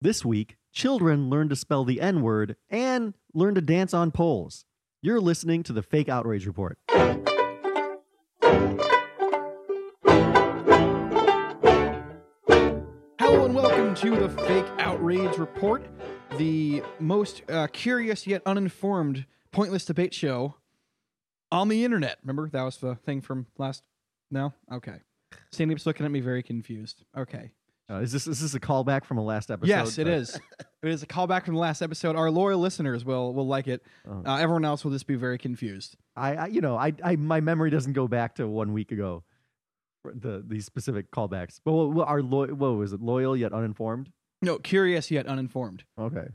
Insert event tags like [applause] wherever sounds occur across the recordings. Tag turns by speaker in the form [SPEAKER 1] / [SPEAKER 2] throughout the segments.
[SPEAKER 1] This week, children learn to spell the N word and learn to dance on poles. You're listening to the Fake Outrage Report.
[SPEAKER 2] Hello and welcome to the Fake Outrage Report, the most uh, curious yet uninformed, pointless debate show on the internet. Remember that was the thing from last. No, okay. Sandy's looking at me very confused. Okay.
[SPEAKER 1] Uh, is this is this a callback from a last episode?
[SPEAKER 2] yes, it is. It is a callback from the last episode. Our loyal listeners will will like it.
[SPEAKER 1] Oh.
[SPEAKER 2] Uh, everyone else will just be very confused.
[SPEAKER 1] I, I you know I, I my memory doesn't go back to one week ago, for the these specific callbacks. But what, what are lo- what was it loyal yet uninformed?
[SPEAKER 2] No, curious yet uninformed.
[SPEAKER 1] Okay.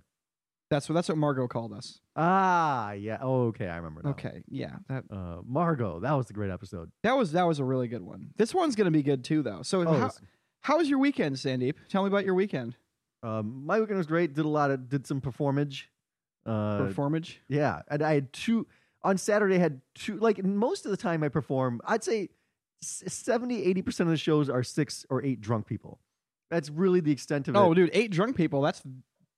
[SPEAKER 2] That's what that's what Margot called us.
[SPEAKER 1] Ah yeah. Oh, okay, I remember. Now.
[SPEAKER 2] Okay, yeah, that
[SPEAKER 1] Uh, Margot, that was a great episode.
[SPEAKER 2] that was that was a really good one. This one's gonna be good too, though. So
[SPEAKER 1] Oh,
[SPEAKER 2] how,
[SPEAKER 1] it's-
[SPEAKER 2] how was your weekend, Sandeep? Tell me about your weekend.
[SPEAKER 1] um, my weekend was great. Did a lot of did some performage. Uh,
[SPEAKER 2] Performage.
[SPEAKER 1] Yeah, and I had two on Saturday. I had two like most of the time I perform. I'd say s- 70, 80 percent of the shows are six or eight drunk people. That's really the extent of it.
[SPEAKER 2] Oh, dude, eight drunk people. That's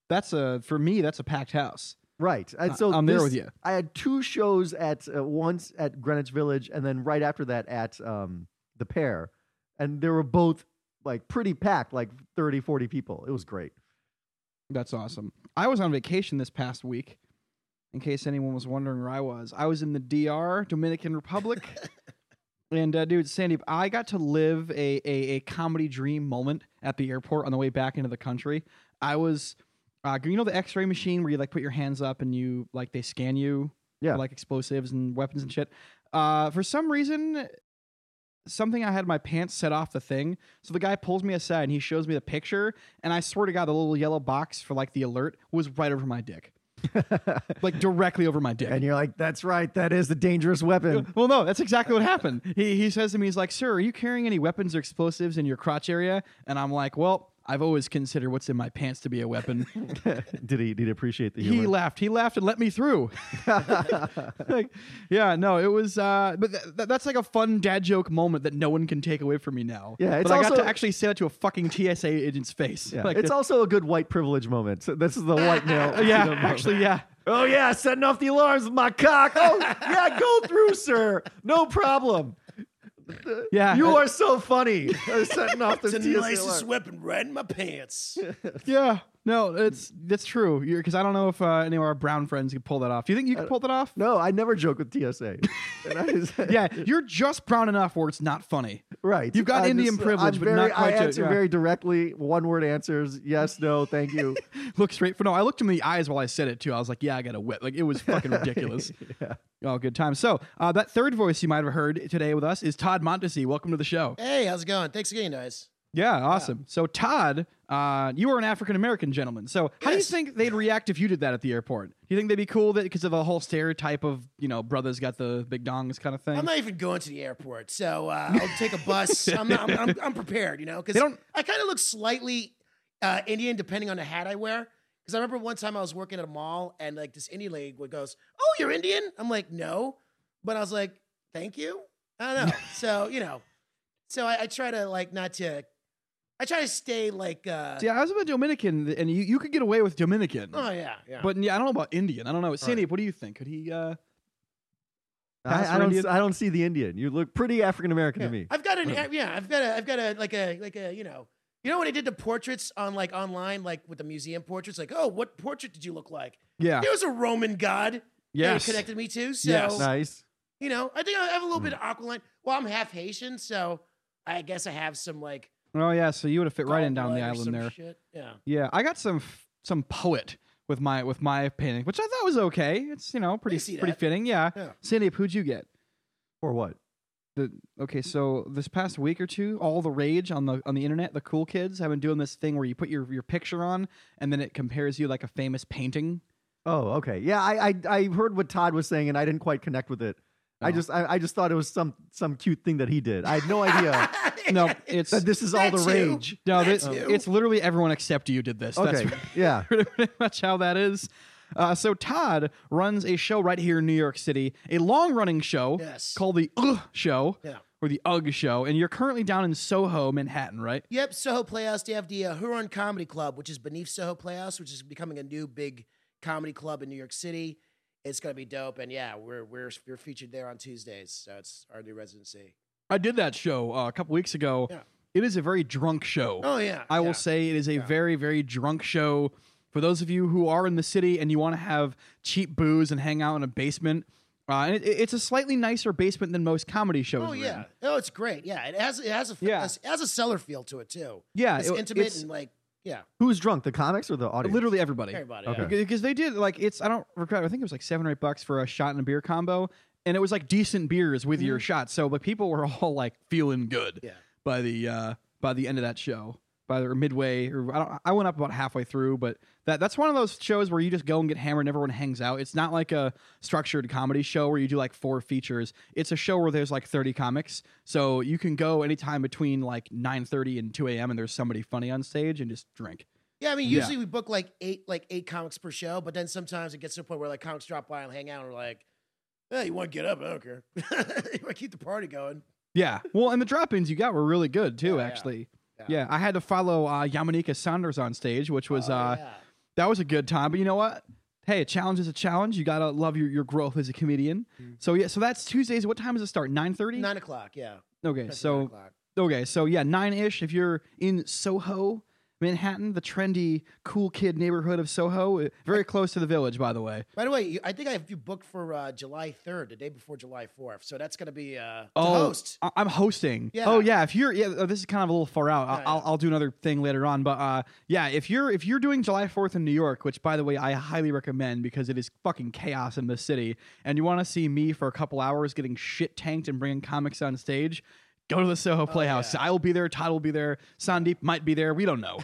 [SPEAKER 2] that's a for me. That's a packed house.
[SPEAKER 1] right. And
[SPEAKER 2] I-
[SPEAKER 1] so
[SPEAKER 2] I'm there
[SPEAKER 1] this-
[SPEAKER 2] with you.
[SPEAKER 1] I had two shows at uh, once at Greenwich Village, and then right after that at um, the Pair, and they were both like pretty packed, like 30, 40 people. It was great.
[SPEAKER 2] That's awesome. I was on vacation this past week. In case anyone was wondering where I was, I was in the DR, Dominican Republic.
[SPEAKER 1] [laughs]
[SPEAKER 2] and uh, dude, Sandeep, I got to live a, a a comedy dream moment at the airport on the way back into the country. I was, uh, you know, the X-ray machine where you like put your hands up and you like they scan you,
[SPEAKER 1] Yeah.
[SPEAKER 2] for, like explosives and weapons and shit. Uh, for some reason, something I had my pants set off the thing. So the guy pulls me aside and he shows me the picture, and I swear to God, the little yellow box for like the alert was right over my dick, like directly over my dick.
[SPEAKER 1] and you're like, that's right. That is the dangerous [laughs] weapon.
[SPEAKER 2] well, no, that's exactly what happened. He he says to me, he's like, "Sir, are you carrying any weapons or explosives in your crotch area?" And I'm like, "Well." I've always considered what's in my pants to be a weapon.
[SPEAKER 1] [laughs] did he? Did he appreciate the
[SPEAKER 2] he
[SPEAKER 1] humor?
[SPEAKER 2] laughed. He laughed and let
[SPEAKER 1] [laughs]
[SPEAKER 2] me through. like, yeah, no, it was. Uh, but th- th- that's like a fun dad joke moment that no one can take away from me now.
[SPEAKER 1] Yeah, it's
[SPEAKER 2] but I got
[SPEAKER 1] also-
[SPEAKER 2] to actually say that to a fucking TSA agent's face.
[SPEAKER 1] Yeah.
[SPEAKER 2] Like,
[SPEAKER 1] it's also a good white privilege moment. So this is the white
[SPEAKER 2] [laughs]
[SPEAKER 1] male. [laughs]
[SPEAKER 2] uh, yeah,
[SPEAKER 1] you know, moment.
[SPEAKER 2] actually, yeah.
[SPEAKER 1] Oh yeah, setting off the alarms with my cock. Oh yeah, go through, sir. No problem.
[SPEAKER 2] Yeah.
[SPEAKER 1] You
[SPEAKER 2] [laughs] uh,
[SPEAKER 1] are so funny. Uh, setting off the
[SPEAKER 3] It's the
[SPEAKER 1] TSA
[SPEAKER 3] nicest
[SPEAKER 1] alarm.
[SPEAKER 3] weapon right in my pants.
[SPEAKER 2] Yeah. No, it's that's true. Because I don't know if uh, any of our brown friends could pull that off. Do you think you could pull that off?
[SPEAKER 1] No, I never joke with TSA. And I
[SPEAKER 2] [laughs]
[SPEAKER 1] just-
[SPEAKER 2] Yeah, you're just brown enough where it's not funny.
[SPEAKER 1] right.
[SPEAKER 2] You've got
[SPEAKER 1] I'm
[SPEAKER 2] Indian privilege,
[SPEAKER 1] I'm
[SPEAKER 2] but
[SPEAKER 1] very,
[SPEAKER 2] not quite
[SPEAKER 1] I
[SPEAKER 2] yet,
[SPEAKER 1] answer
[SPEAKER 2] yeah.
[SPEAKER 1] very directly. One word answers. Yes, no, thank you.
[SPEAKER 2] [laughs] Look straight for no. I looked him in the eyes while I said it too. I was like, yeah, I got a whip. Like it was
[SPEAKER 3] [laughs]
[SPEAKER 2] fucking ridiculous. Oh, good time. So uh, that third voice you might have heard today with us is Todd Montesi. Welcome to the show.
[SPEAKER 3] [laughs] Hey, how's it going? Thanks again, guys.
[SPEAKER 2] Yeah, awesome. So Todd, uh, you are an African American gentleman. So how
[SPEAKER 3] Yes.
[SPEAKER 2] do you think they'd react if you did that at the airport? Do you think they'd be cool that because of a whole stereotype of you know brothers got the big dongs kind of thing?
[SPEAKER 3] I'm not even going to the airport, so uh, I'll take a
[SPEAKER 2] [laughs]
[SPEAKER 3] bus. I'm, not, I'm, I'm, I'm prepared, you know,
[SPEAKER 2] They
[SPEAKER 3] because
[SPEAKER 2] don't-
[SPEAKER 3] I kind of look slightly uh, Indian depending on the hat I wear. Because I remember one time I was working at a mall and like this Indian lady would goes, "Oh, you're Indian?" I'm like, "No," but I was like, "Thank you." I
[SPEAKER 2] [laughs]
[SPEAKER 3] don't know. so you know, so I, I try to like not to. I try to stay like. Uh,
[SPEAKER 2] See, I was a Dominican, and you, you could get away with Dominican.
[SPEAKER 3] Oh yeah, yeah.
[SPEAKER 2] But yeah, I don't know about Indian. I don't know. Sandy, what do you think? Could he? Uh, Pass
[SPEAKER 1] I, I
[SPEAKER 2] for
[SPEAKER 1] don't.
[SPEAKER 2] Indian?
[SPEAKER 1] I don't see the Indian. You look pretty African American to
[SPEAKER 3] Yeah.
[SPEAKER 1] me.
[SPEAKER 3] I've got an yeah. I've got a I've got a like a like a you know you know when I did the portraits on like online like with the museum portraits like oh what portrait did you look like?
[SPEAKER 2] yeah.
[SPEAKER 3] There was a Roman god.
[SPEAKER 2] Yes.
[SPEAKER 3] That it connected me to. So
[SPEAKER 2] Yes. Mm.
[SPEAKER 1] Nice.
[SPEAKER 3] you know I think I have a little bit of Aqualine. Well, I'm half Haitian, so I guess I have some like
[SPEAKER 2] Oh yeah. So you would have fit right in down the
[SPEAKER 3] gallblood or some
[SPEAKER 2] island there.
[SPEAKER 3] Shit. Yeah.
[SPEAKER 2] Yeah, I got some f- some poet with my with my painting, which I thought was okay. It's you know pretty
[SPEAKER 3] see
[SPEAKER 2] pretty
[SPEAKER 3] that.
[SPEAKER 2] fitting. Yeah.
[SPEAKER 3] Yeah.
[SPEAKER 2] Sandy, who'd you get?
[SPEAKER 1] Or what?
[SPEAKER 2] The, okay, so this past week or two, all the rage on the on the internet, the cool kids have been doing this thing where you put your, your picture on and then it compares you like a famous painting.
[SPEAKER 1] Oh, okay. Yeah, I, I I heard what Todd was saying, and I didn't quite connect with it. I
[SPEAKER 2] Oh.
[SPEAKER 1] just I, I just thought it was some some cute thing that he did. I
[SPEAKER 2] [laughs]
[SPEAKER 1] had no idea
[SPEAKER 3] [laughs]
[SPEAKER 2] No, it's
[SPEAKER 1] that this is all the
[SPEAKER 3] That too.
[SPEAKER 1] rage.
[SPEAKER 2] no,
[SPEAKER 3] That's
[SPEAKER 2] thi-
[SPEAKER 3] you.
[SPEAKER 2] it's literally everyone except you did this.
[SPEAKER 1] Okay,
[SPEAKER 2] That's
[SPEAKER 1] [laughs] yeah.
[SPEAKER 2] [laughs] pretty much how that is. Uh, so Todd runs a show right here in New York City, a long running show
[SPEAKER 3] Yes.
[SPEAKER 2] called the Ugh Show.
[SPEAKER 3] Yeah.
[SPEAKER 2] or the UGG show, and you're currently down in Soho, Manhattan, right?
[SPEAKER 3] Yep, Soho Playhouse. They have the uh, Huron Comedy Club, which is beneath Soho Playhouse, which is becoming a new big comedy club in New York City. It's gonna be dope, and yeah, we're we're we're featured there on Tuesdays, so it's our new residency.
[SPEAKER 2] I did that show uh, a couple weeks ago.
[SPEAKER 3] Yeah.
[SPEAKER 2] It is a very drunk show.
[SPEAKER 3] Oh yeah,
[SPEAKER 2] I
[SPEAKER 3] yeah.
[SPEAKER 2] will say it is a
[SPEAKER 3] Yeah.
[SPEAKER 2] very, very drunk show. For those of you who are in the city and you want to have cheap booze and hang out in a basement, uh, and it, it's a slightly nicer basement than most comedy shows.
[SPEAKER 3] Oh
[SPEAKER 2] are in.
[SPEAKER 3] yeah, oh it's great. Yeah, it has it has a
[SPEAKER 2] Yeah.
[SPEAKER 3] it has a cellar feel to it too.
[SPEAKER 2] yeah.
[SPEAKER 3] It's
[SPEAKER 2] it-
[SPEAKER 3] intimate
[SPEAKER 2] it's
[SPEAKER 3] and like yeah,
[SPEAKER 1] Who's drunk? The comics or the audience?
[SPEAKER 2] literally everybody.
[SPEAKER 3] everybody.
[SPEAKER 1] Okay.
[SPEAKER 3] yeah.
[SPEAKER 2] Because they did like it's I don't regret. I think it was like seven or eight bucks for a shot and a beer combo, and it was like decent beers with your shot. So, but people were [laughs] all like feeling good.
[SPEAKER 3] Yeah.
[SPEAKER 2] By the uh, by the end of that show, by the or midway, or I, don't, I went up about halfway through. But that that's one of those shows where you just go and get hammered. and Everyone hangs out. It's not like a structured comedy show where you do like four features. It's a show where there's like thirty comics, so you can go anytime between like nine thirty and two a.m. and there's somebody funny on stage and just drink.
[SPEAKER 3] Yeah, I mean,
[SPEAKER 2] Yeah.
[SPEAKER 3] usually we book like eight, like eight comics per show, but then sometimes it gets to a point where like comics drop by and hang out, and we're like, "Hey, you want to get up? I don't care. [laughs] you want to keep the party going."
[SPEAKER 2] Yeah. Well, and the drop ins you got were really good too,
[SPEAKER 3] Yeah, yeah.
[SPEAKER 2] actually.
[SPEAKER 3] Yeah.
[SPEAKER 2] Yeah. I had to follow uh, Yamanika Saunders on stage, which was
[SPEAKER 3] Oh,
[SPEAKER 2] uh,
[SPEAKER 3] yeah.
[SPEAKER 2] that was a good time. But you know what? Hey, a challenge is a challenge. You gotta love your, your growth as a comedian.
[SPEAKER 3] Mm.
[SPEAKER 2] So yeah, so that's Tuesdays. What time does it start? Nine thirty.
[SPEAKER 3] nine o'clock. Yeah.
[SPEAKER 2] Okay,
[SPEAKER 3] That's
[SPEAKER 2] so
[SPEAKER 3] nine o'clock.
[SPEAKER 2] okay, so yeah, nine ish. If you're in Soho, Manhattan, the trendy cool kid neighborhood of Soho, uh,
[SPEAKER 3] [laughs]
[SPEAKER 2] very close to the Village, by the way.
[SPEAKER 3] By the way, you, I think I have you booked for uh, July third, the day before July fourth. So that's gonna be uh, to
[SPEAKER 2] Oh,
[SPEAKER 3] host. [laughs]
[SPEAKER 2] I- I'm hosting.
[SPEAKER 3] Yeah.
[SPEAKER 2] Oh yeah. If you're yeah, oh, this is kind of a little far out. I-
[SPEAKER 3] Yeah,
[SPEAKER 2] I'll,
[SPEAKER 3] yeah.
[SPEAKER 2] I'll do another thing later on. But uh, yeah, if you're if you're doing July 4th in New York, which by the way I highly recommend because it is fucking chaos in this city, and you want to see me for a couple hours getting shit tanked and bringing comics on stage. Go to the Soho Playhouse.
[SPEAKER 3] Oh, yeah.
[SPEAKER 2] I will be there. Todd will be there. Sandeep might be there. We don't
[SPEAKER 3] [laughs]
[SPEAKER 2] know.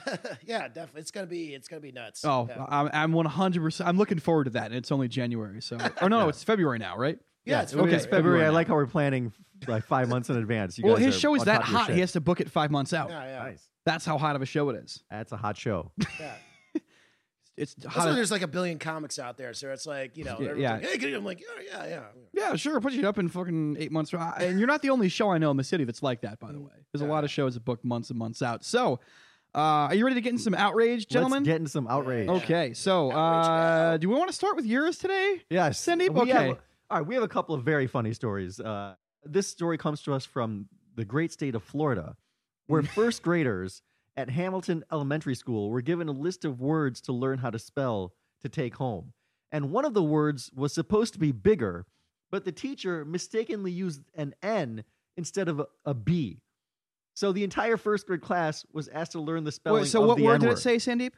[SPEAKER 3] yeah, definitely. It's gonna be it's gonna be nuts.
[SPEAKER 2] Oh,
[SPEAKER 3] yeah,
[SPEAKER 2] I'm, I'm 100%. I'm looking forward to that. And it's only January.
[SPEAKER 3] [laughs]
[SPEAKER 2] So, oh no, it's February now, right?
[SPEAKER 3] Yeah, it's
[SPEAKER 1] Okay,
[SPEAKER 3] February.
[SPEAKER 1] it's February. I
[SPEAKER 2] now.
[SPEAKER 1] like how we're planning like five months in advance. You
[SPEAKER 2] Well,
[SPEAKER 1] guys
[SPEAKER 2] his
[SPEAKER 1] are
[SPEAKER 2] show is
[SPEAKER 1] on
[SPEAKER 2] that
[SPEAKER 1] top of your
[SPEAKER 2] hot.
[SPEAKER 1] shit.
[SPEAKER 2] He has to book it five months out.
[SPEAKER 3] yeah, yeah.
[SPEAKER 1] nice.
[SPEAKER 2] That's how hot of a show it is.
[SPEAKER 1] That's a hot show.
[SPEAKER 3] yeah.
[SPEAKER 2] It's
[SPEAKER 3] Also,
[SPEAKER 2] hot.
[SPEAKER 3] there's like a billion comics out there, so it's like you know,
[SPEAKER 2] Yeah,
[SPEAKER 3] everyone's
[SPEAKER 2] yeah.
[SPEAKER 3] Like, hey, can you-" I'm like, oh, yeah, yeah.
[SPEAKER 2] [laughs] Yeah, sure. Put you up in fucking eight months. Uh, And you're not the only show I know in the city that's like that, by the
[SPEAKER 1] Mm,
[SPEAKER 2] way. There's a lot of shows that book months and months out. So, uh, are you ready to get in some outrage, gentlemen?
[SPEAKER 1] Let's get into some outrage.
[SPEAKER 3] Yeah.
[SPEAKER 2] okay. So,
[SPEAKER 3] Outrage,
[SPEAKER 2] uh, do we want to start with yours today?
[SPEAKER 1] Yeah,
[SPEAKER 2] Cindy,
[SPEAKER 1] we
[SPEAKER 2] okay.
[SPEAKER 1] have- all right, we have a couple of very funny stories. Uh, this story comes to us from the great state of Florida,
[SPEAKER 2] [laughs]
[SPEAKER 1] where first graders at Hamilton Elementary School were given a list of words to learn how to spell to take home. And one of the words was supposed to be bigger, but the teacher mistakenly used an N instead of a, a B. So the entire first grade class was asked to learn the spelling
[SPEAKER 2] Wait, so,
[SPEAKER 1] of
[SPEAKER 2] what
[SPEAKER 1] the
[SPEAKER 2] word did
[SPEAKER 1] N-word.
[SPEAKER 2] it say, Sandeep?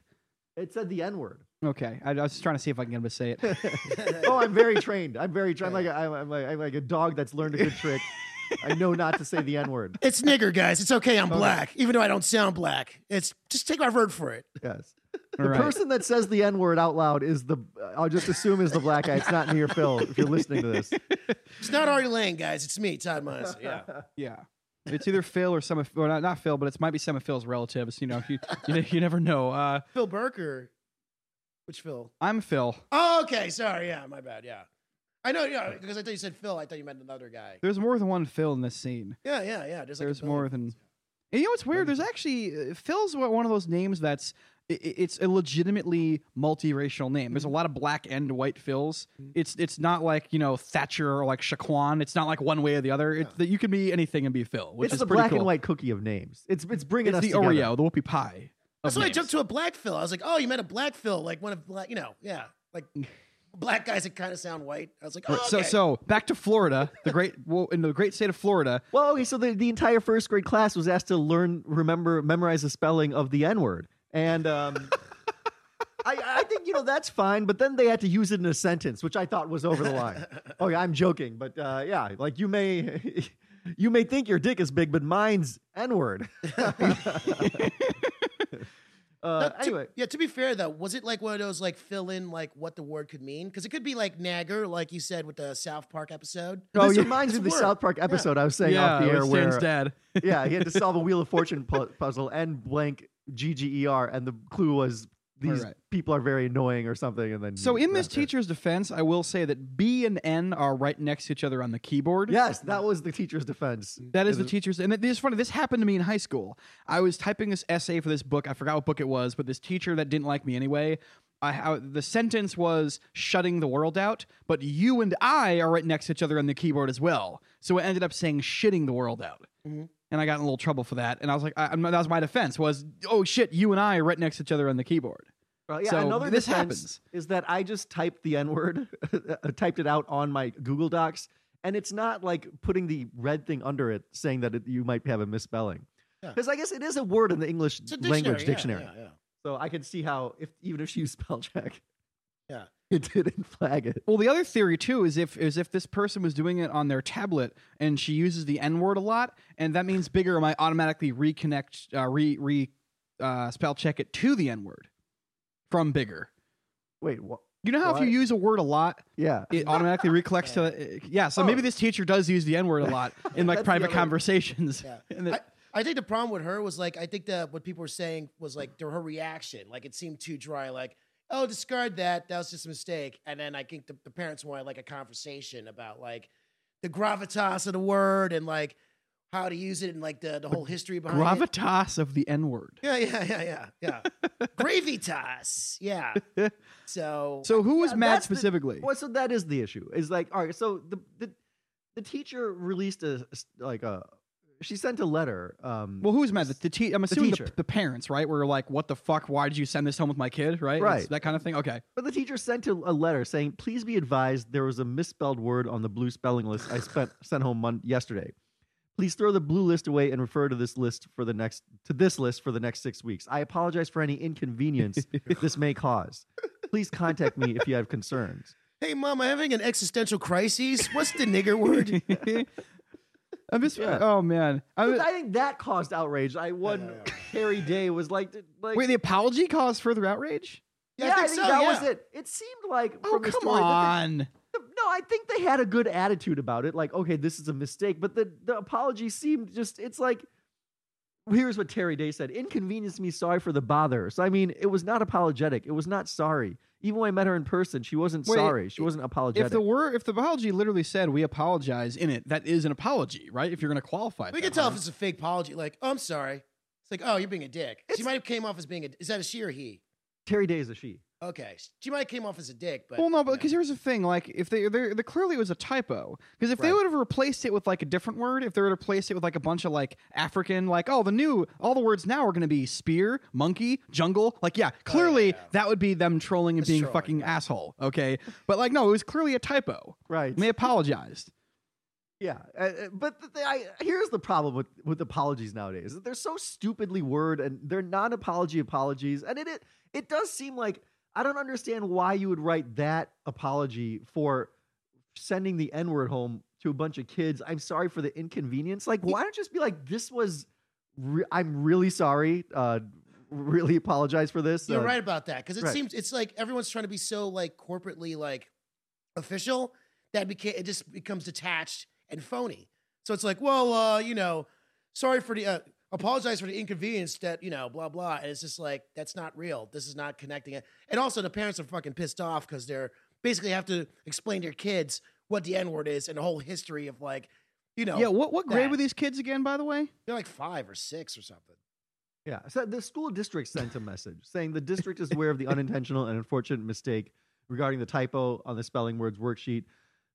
[SPEAKER 1] It said the N word.
[SPEAKER 2] Okay. I, I was just trying to see if I can get him
[SPEAKER 1] [laughs]
[SPEAKER 2] to say it.
[SPEAKER 1] oh, I'm very trained. I'm very trained. I'm like, I'm, I'm like, I'm like a dog that's learned a good trick. I know not to say the N word.
[SPEAKER 3] It's nigger, guys. It's okay. I'm
[SPEAKER 2] Oh,
[SPEAKER 1] Okay.
[SPEAKER 3] black, even though I don't sound black. It's just take my word for it.
[SPEAKER 1] Yes.
[SPEAKER 2] All
[SPEAKER 1] The
[SPEAKER 2] right.
[SPEAKER 1] person that says the N word out loud is the, I'll just assume is the black guy. It's not near Phil if you're listening to this.
[SPEAKER 3] It's not Ari Lane, guys. It's me, Todd Myers.
[SPEAKER 1] [laughs]
[SPEAKER 3] Yeah.
[SPEAKER 2] [laughs] Yeah. It's either Phil or some of, well, not, not Phil, but it might be some of Phil's relatives. You know, you, you, you never know. Uh,
[SPEAKER 3] Phil Burker. Which Phil?
[SPEAKER 2] I'm Phil.
[SPEAKER 3] Oh, okay. Sorry. Yeah, my bad. Yeah. I know. Yeah, because I thought you said Phil. I thought you meant another guy.
[SPEAKER 2] There's more than one Phil in this scene.
[SPEAKER 3] Yeah, yeah, yeah. There's, like a
[SPEAKER 2] There's
[SPEAKER 3] billion
[SPEAKER 2] more than-
[SPEAKER 3] Phils.
[SPEAKER 2] And you know what's weird? There's actually uh, Phil's one one of those names that's i- i- it's a legitimately multiracial name. There's a
[SPEAKER 1] Mm-hmm.
[SPEAKER 2] lot of black and white Phils. It's it's not like you know Thatcher or like Shaquan. It's not like one way or the other. It's that you can be anything and be Phil, which
[SPEAKER 1] It's
[SPEAKER 2] is
[SPEAKER 1] the
[SPEAKER 2] pretty
[SPEAKER 1] black
[SPEAKER 2] cool.
[SPEAKER 1] and white cookie of names. It's it's bringing
[SPEAKER 2] It's
[SPEAKER 1] us
[SPEAKER 2] the
[SPEAKER 1] together.
[SPEAKER 2] Oreo, the whoopie pie. of
[SPEAKER 3] That's why I
[SPEAKER 2] names.
[SPEAKER 3] jumped to a black Phil. I was like, oh, you meant a black Phil, like one of black, you know, yeah, like black guys that kind of sound white. I was like, oh,
[SPEAKER 2] Right, So
[SPEAKER 3] okay.
[SPEAKER 2] so back to Florida, the
[SPEAKER 1] [laughs]
[SPEAKER 2] great well, in the great state of Florida.
[SPEAKER 1] Well, okay, so the, the entire first grade class was asked to learn, remember, memorize the spelling of the N word. And um, I, I think, you know, that's fine, but then they had to use it in a sentence, which I thought was over the line. okay, I'm joking, but uh, yeah, like you may. [laughs] You may think your dick is big, but mine's N word. [laughs] uh,
[SPEAKER 3] Now, to-
[SPEAKER 1] anyway,
[SPEAKER 3] yeah, to be fair though, was it like one of those like fill in like what the word could mean? Because it could be like nagger, like you said with the South Park episode.
[SPEAKER 1] this
[SPEAKER 2] yeah.
[SPEAKER 1] reminds me of the
[SPEAKER 3] It's a word.
[SPEAKER 1] South Park episode I was saying
[SPEAKER 2] yeah,
[SPEAKER 1] off the
[SPEAKER 2] with
[SPEAKER 1] air where
[SPEAKER 2] Stan's dad. [laughs]
[SPEAKER 1] yeah, he had to solve a Wheel of Fortune pu- puzzle and blank G G E R, and the clue was these
[SPEAKER 2] Right.
[SPEAKER 1] people are very annoying or something. And then
[SPEAKER 2] So
[SPEAKER 1] you-
[SPEAKER 2] in
[SPEAKER 1] Mm, that's
[SPEAKER 2] this
[SPEAKER 1] it.
[SPEAKER 2] teacher's defense, I will say that B and N are right next to each other on the keyboard.
[SPEAKER 1] yes, that was the teacher's defense.
[SPEAKER 2] That is
[SPEAKER 1] And
[SPEAKER 2] the teacher's, and it's funny. This happened to me in high school. I was typing this essay for this book. I forgot what book it was, but this teacher that didn't like me anyway. I, I the sentence was shutting the world out, but you and I are right next to each other on the keyboard as well. So it ended up saying shitting the world out,
[SPEAKER 3] Mhm.
[SPEAKER 2] and I got in a little trouble for that. And I was like, I, I'm not- that was my defense was, oh shit, you and I are right next to each other on the keyboard.
[SPEAKER 1] Uh, yeah,
[SPEAKER 2] So
[SPEAKER 1] another
[SPEAKER 2] this
[SPEAKER 1] defense
[SPEAKER 2] happens.
[SPEAKER 1] is that I just typed the N word, [laughs] uh, typed it out on my Google Docs, and it's not like putting the red thing under it, saying that it, you might have a misspelling.
[SPEAKER 3] Yeah.
[SPEAKER 1] Because I guess it is a word in the English
[SPEAKER 3] It's a
[SPEAKER 1] language
[SPEAKER 3] yeah,
[SPEAKER 1] dictionary.
[SPEAKER 3] Yeah, yeah.
[SPEAKER 1] So I can see how, if even if she used [laughs] spell check,
[SPEAKER 3] Yeah.
[SPEAKER 1] it didn't flag it.
[SPEAKER 2] Well, the other theory too is if is if this person was doing it on their tablet and she uses the N word a lot, and that means bigger might automatically reconnect, uh, re re uh, spell check it to the N word from bigger.
[SPEAKER 1] Wait, what?
[SPEAKER 2] You know how if
[SPEAKER 1] Why?
[SPEAKER 2] you use a word
[SPEAKER 1] [laughs]
[SPEAKER 2] a lot,
[SPEAKER 1] Yeah.
[SPEAKER 2] it automatically recollects to yeah. So
[SPEAKER 1] Oh.
[SPEAKER 2] maybe this teacher does use the N
[SPEAKER 1] [laughs]
[SPEAKER 2] word a lot
[SPEAKER 1] That's the
[SPEAKER 2] in like private
[SPEAKER 1] other-
[SPEAKER 2] conversations.
[SPEAKER 3] Yeah.
[SPEAKER 2] [laughs] And that-
[SPEAKER 3] I think the problem with her was like I think that what people were saying was like the, her reaction, like it seemed too dry, like oh discard that, that was just a mistake. And then I think the, the parents wanted like a conversation about like the gravitas of the word and like how to use it and like the, the whole history behind it.
[SPEAKER 2] gravitas of the N word.
[SPEAKER 3] Yeah, yeah, yeah, yeah,
[SPEAKER 2] [laughs]
[SPEAKER 3] yeah. gravitas, yeah. So,
[SPEAKER 2] So who was
[SPEAKER 1] Yeah,
[SPEAKER 2] mad
[SPEAKER 1] that's the-
[SPEAKER 2] specifically?
[SPEAKER 1] Well, so that is the issue. Is like, all right, so the the, the teacher released a s- like a she sent a letter. Um,
[SPEAKER 2] Well, who's mad? The, the te- I'm assuming the,
[SPEAKER 1] teacher.
[SPEAKER 2] the parents, right? Were like, "What the fuck? Why did you send this home with my kid?" Right?
[SPEAKER 1] Right.
[SPEAKER 2] It's That kind of thing. Okay.
[SPEAKER 1] But the teacher sent a, a letter saying, "Please be advised, there was a misspelled word on the blue spelling list I spent sent home mon- yesterday. Please throw the blue list away and refer to this list for the next to this list for the next six weeks. I apologize for any
[SPEAKER 2] [laughs]
[SPEAKER 1] inconvenience this may cause. Please contact me if you have concerns."
[SPEAKER 3] hey, mom, I'm having an existential crisis. What's the nigger
[SPEAKER 2] [laughs]
[SPEAKER 3] word?
[SPEAKER 2] I'm just.
[SPEAKER 1] Yeah.
[SPEAKER 2] Oh man. I was,
[SPEAKER 1] I think that caused outrage. I
[SPEAKER 3] Yeah,
[SPEAKER 1] one
[SPEAKER 3] yeah, yeah.
[SPEAKER 1] Harry Day was like, d- like
[SPEAKER 2] wait, the apology caused further outrage.
[SPEAKER 1] yeah,
[SPEAKER 3] I think so,
[SPEAKER 1] that
[SPEAKER 3] yeah.
[SPEAKER 1] was it. It seemed like
[SPEAKER 2] Oh
[SPEAKER 1] from the
[SPEAKER 2] come
[SPEAKER 1] story that they-
[SPEAKER 2] on.
[SPEAKER 1] The- No, I think they had a good attitude about it. Like, okay, this is a mistake. But the, the apology seemed just, it's like, here's what Terry Day said inconvenience me, sorry for the bother. So, I mean, it was not apologetic. It was not sorry. Even when I met her in person, she wasn't
[SPEAKER 2] Wait,
[SPEAKER 1] sorry. She wasn't apologetic.
[SPEAKER 2] If the word, if the apology literally said "we apologize" in it, that is an apology, right? If you're going to qualify, it
[SPEAKER 3] We
[SPEAKER 2] that
[SPEAKER 3] can tell
[SPEAKER 2] way.
[SPEAKER 3] if it's a fake apology. Like, oh, I'm sorry. It's like, oh, you're being a dick. she
[SPEAKER 1] It's-
[SPEAKER 3] might have came off as being a. Is that a she or he?
[SPEAKER 1] Terry Day is a she.
[SPEAKER 3] Okay, she might have came off as a dick, but
[SPEAKER 2] Well, no, but
[SPEAKER 3] you know.
[SPEAKER 2] because here's the thing: like, if they, they, they clearly it was a typo. Because if they
[SPEAKER 3] Right.
[SPEAKER 2] would have replaced it with like a different word, if they would have replaced it with like a bunch of like African, like oh, the new, all the words now are going to be spear, monkey, jungle. Like, yeah, clearly
[SPEAKER 3] Oh, yeah.
[SPEAKER 2] that would be them trolling and
[SPEAKER 3] That's
[SPEAKER 2] being
[SPEAKER 3] trolling,
[SPEAKER 2] fucking
[SPEAKER 3] yeah.
[SPEAKER 2] asshole. Okay, but like, no, it was clearly a typo.
[SPEAKER 1] Right.
[SPEAKER 2] And they apologized.
[SPEAKER 1] Yeah. Uh, uh, but the, the, I, here's the problem with, with apologies nowadays is that they're so stupidly word and they're non apology apologies. And it, it, it does seem like I don't understand why you would write that apology for sending the N word home to a bunch of kids. I'm sorry for the inconvenience. Like, why don't you just be like, this was, re- I'm really sorry. Uh, really apologize for this.
[SPEAKER 3] you're
[SPEAKER 1] uh,
[SPEAKER 3] right about that because it
[SPEAKER 1] right.
[SPEAKER 3] seems it's like everyone's trying to be so like corporately like official that became it just becomes detached and phony. So it's like, well, uh, you know, sorry for the uh, apologize for the inconvenience that you know, blah blah. And it's just like that's not real. This is not connecting it. And also, the parents are fucking pissed off because they're basically have to explain to their kids what the N word is and the whole history of like, you know,
[SPEAKER 2] yeah, what what grade
[SPEAKER 3] that.
[SPEAKER 2] were these kids again? By the way,
[SPEAKER 3] they're like five or six or something.
[SPEAKER 1] Yeah. So the school district sent a message saying the district is aware of the unintentional and unfortunate mistake regarding the typo on the spelling words worksheet.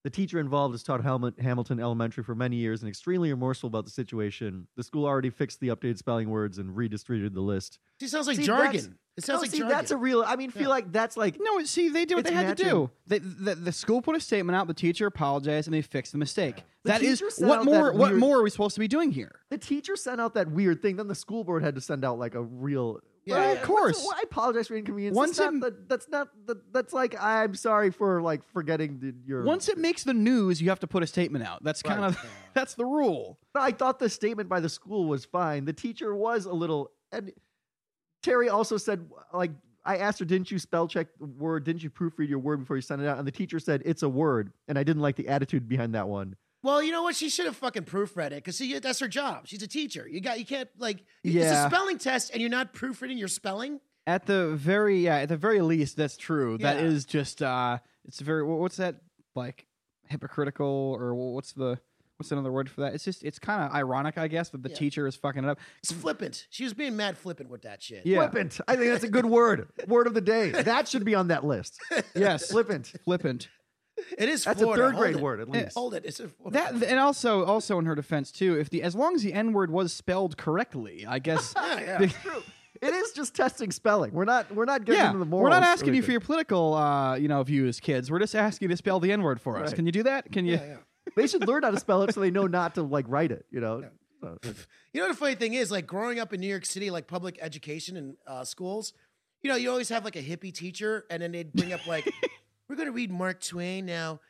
[SPEAKER 1] The teacher involved has taught Helmut Hamilton Elementary for many years and extremely remorseful about the situation. The school already fixed the updated spelling words and redistributed the list.
[SPEAKER 3] She sounds like
[SPEAKER 1] See, that's-
[SPEAKER 3] jargon. It sounds
[SPEAKER 1] No,
[SPEAKER 3] like
[SPEAKER 1] Oh, see,
[SPEAKER 3] jargon.
[SPEAKER 1] that's a real. I mean, feel
[SPEAKER 3] Yeah.
[SPEAKER 1] like that's like
[SPEAKER 2] no. See, they did what
[SPEAKER 1] It's
[SPEAKER 2] they had to
[SPEAKER 1] matching-
[SPEAKER 2] do. They, the, the school put a statement out. The teacher apologized, and they fixed the mistake.
[SPEAKER 1] The
[SPEAKER 2] That is
[SPEAKER 1] teacher sent
[SPEAKER 2] what
[SPEAKER 1] out
[SPEAKER 2] more.
[SPEAKER 1] that
[SPEAKER 2] What
[SPEAKER 1] weird-
[SPEAKER 2] more are we supposed to be doing here?
[SPEAKER 1] the teacher sent out that weird thing. Then the school board had to send out like a real.
[SPEAKER 3] Yeah,
[SPEAKER 1] Well,
[SPEAKER 3] yeah.
[SPEAKER 1] I-
[SPEAKER 2] Of course.
[SPEAKER 1] I apologize for inconvenience.
[SPEAKER 2] Once
[SPEAKER 1] that's,
[SPEAKER 2] it-
[SPEAKER 1] not the, that's not the, that's like I'm sorry for like forgetting the, your.
[SPEAKER 2] Once it makes the news, you have to put a statement out. That's kind
[SPEAKER 1] Right.
[SPEAKER 2] of [laughs] that's the rule.
[SPEAKER 1] I thought the statement by the school was fine. The teacher was a little, and Terry also said, like, I asked her, didn't you spell check the word? Didn't you proofread your word before you sent it out? And the teacher said, it's a word. And I didn't like the attitude behind that one.
[SPEAKER 3] Well, you know what? She should have fucking proofread it because that's her job. She's a teacher. You got you can't like it's
[SPEAKER 2] Yeah.
[SPEAKER 3] a spelling test, and you're not proofreading your spelling.
[SPEAKER 2] At the very yeah, at the very least, that's true. That
[SPEAKER 3] Yeah.
[SPEAKER 2] is just uh, it's very wha- what's that like hypocritical or wha- what's the what's another word for that? It's just it's kind of ironic, I guess, that the
[SPEAKER 3] Yeah.
[SPEAKER 2] teacher is fucking [laughs] it up.
[SPEAKER 3] It's
[SPEAKER 1] Mm.
[SPEAKER 3] flippant. She was being mad flippant with that shit.
[SPEAKER 2] Yeah,
[SPEAKER 1] Flippant. I think that's a good word. Word of the day. That should be on that list.
[SPEAKER 2] yes,
[SPEAKER 1] Flippant.
[SPEAKER 2] flippant.
[SPEAKER 3] It is
[SPEAKER 1] That's
[SPEAKER 3] Florida.
[SPEAKER 1] a third
[SPEAKER 3] Hold
[SPEAKER 1] grade
[SPEAKER 3] it.
[SPEAKER 1] word, at least.
[SPEAKER 3] Hold it. It's a Florida.
[SPEAKER 2] That and also also in her defense too, if the as long as the N word was spelled correctly, I guess.
[SPEAKER 1] [laughs]
[SPEAKER 3] yeah, yeah.
[SPEAKER 2] the-
[SPEAKER 1] It is just testing spelling. We're not. We're not getting
[SPEAKER 2] yeah,
[SPEAKER 1] into the morals.
[SPEAKER 2] we're not
[SPEAKER 1] or
[SPEAKER 2] asking you for
[SPEAKER 1] anything.
[SPEAKER 2] your political uh, you know views, kids. We're just asking you to spell the N word for us.
[SPEAKER 1] Right.
[SPEAKER 2] Can you do that? Can you?
[SPEAKER 3] yeah, yeah.
[SPEAKER 1] They should learn how to spell it so they know not to like write it. You know. So,
[SPEAKER 3] You know the funny thing is, like growing up in New York City, like public education and uh, schools, you know, you always have like a hippie teacher, and then they'd bring up like, "We're gonna read Mark Twain now."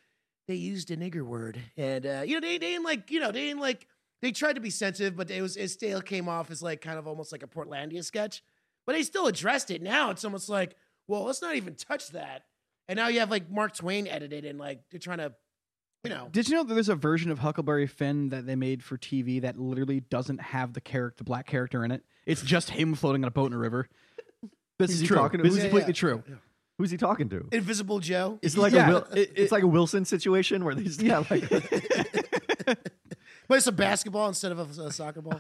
[SPEAKER 3] They used a nigger word, and uh, you know they they didn't like you know they didn't like they tried to be sensitive, but it was it still came off as like kind of almost like a Portlandia sketch. But they still addressed it. Now it's almost like, well, let's not even touch that. And now you have like Mark Twain edited, and like they're trying to, you know,
[SPEAKER 2] Did you know that there's a version of Huckleberry Finn that they made for TV that literally doesn't have the character, the black character in it? It's just him floating on a boat in a river. This
[SPEAKER 1] Who's
[SPEAKER 2] is
[SPEAKER 1] he
[SPEAKER 2] true.
[SPEAKER 1] talking to?
[SPEAKER 2] This is
[SPEAKER 1] Yeah,
[SPEAKER 2] completely
[SPEAKER 3] yeah.
[SPEAKER 2] true.
[SPEAKER 1] who's he talking to?
[SPEAKER 3] Invisible Joe.
[SPEAKER 1] It's like
[SPEAKER 2] Yeah,
[SPEAKER 1] a Wil-
[SPEAKER 2] it-
[SPEAKER 1] it's like a Wilson situation where they just yeah, like
[SPEAKER 2] [laughs]
[SPEAKER 3] But it's a basketball instead of a, a soccer ball.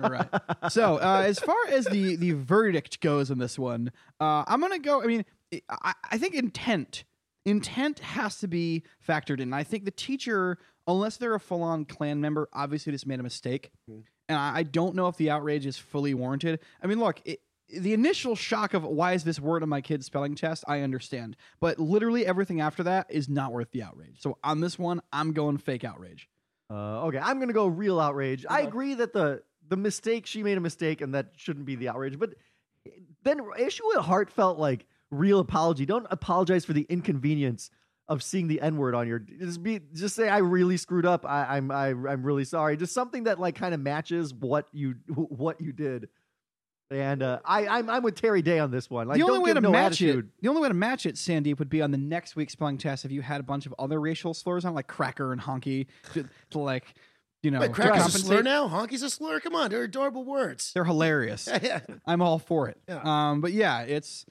[SPEAKER 2] All right. So uh, as far as the the verdict goes in this one, uh, I'm gonna go. I mean, I- I, I think intent intent has to be factored in. I think the teacher, unless they're a full on clan member, obviously just made a mistake, and I, I don't know if the outrage is fully warranted. I mean, look. It, the initial shock of why is this word on my kid's spelling test, I understand. But literally everything after that is not worth the outrage. So on this one, I'm going fake outrage.
[SPEAKER 1] Uh, okay, I'm gonna go real outrage. I
[SPEAKER 3] Okay.
[SPEAKER 1] agree that the the mistake she made a mistake, and that shouldn't be the outrage. But then issue a heartfelt like real apology. Don't apologize for the inconvenience of seeing the N word on your. Just be just say I really screwed up. I, I'm I, I'm really sorry. Just something that like kind of matches what you what you did. And uh, I I'm I'm with Terry Day on this one. Like
[SPEAKER 2] the only
[SPEAKER 1] don't
[SPEAKER 2] way
[SPEAKER 1] give
[SPEAKER 2] to
[SPEAKER 1] no
[SPEAKER 2] match
[SPEAKER 1] attitude.
[SPEAKER 2] it, the only way to match it, Sandeep, would be on the next week's spelling test if you had a bunch of other racial slurs on, it, like cracker and honky, to, to like, you know,
[SPEAKER 3] Wait, crack is a
[SPEAKER 2] compensate.
[SPEAKER 3] slur now? Honky's a slur? Come on, they're adorable words.
[SPEAKER 2] They're hilarious.
[SPEAKER 3] [laughs] yeah.
[SPEAKER 2] I'm all for it.
[SPEAKER 3] Yeah.
[SPEAKER 2] Um, but yeah, it's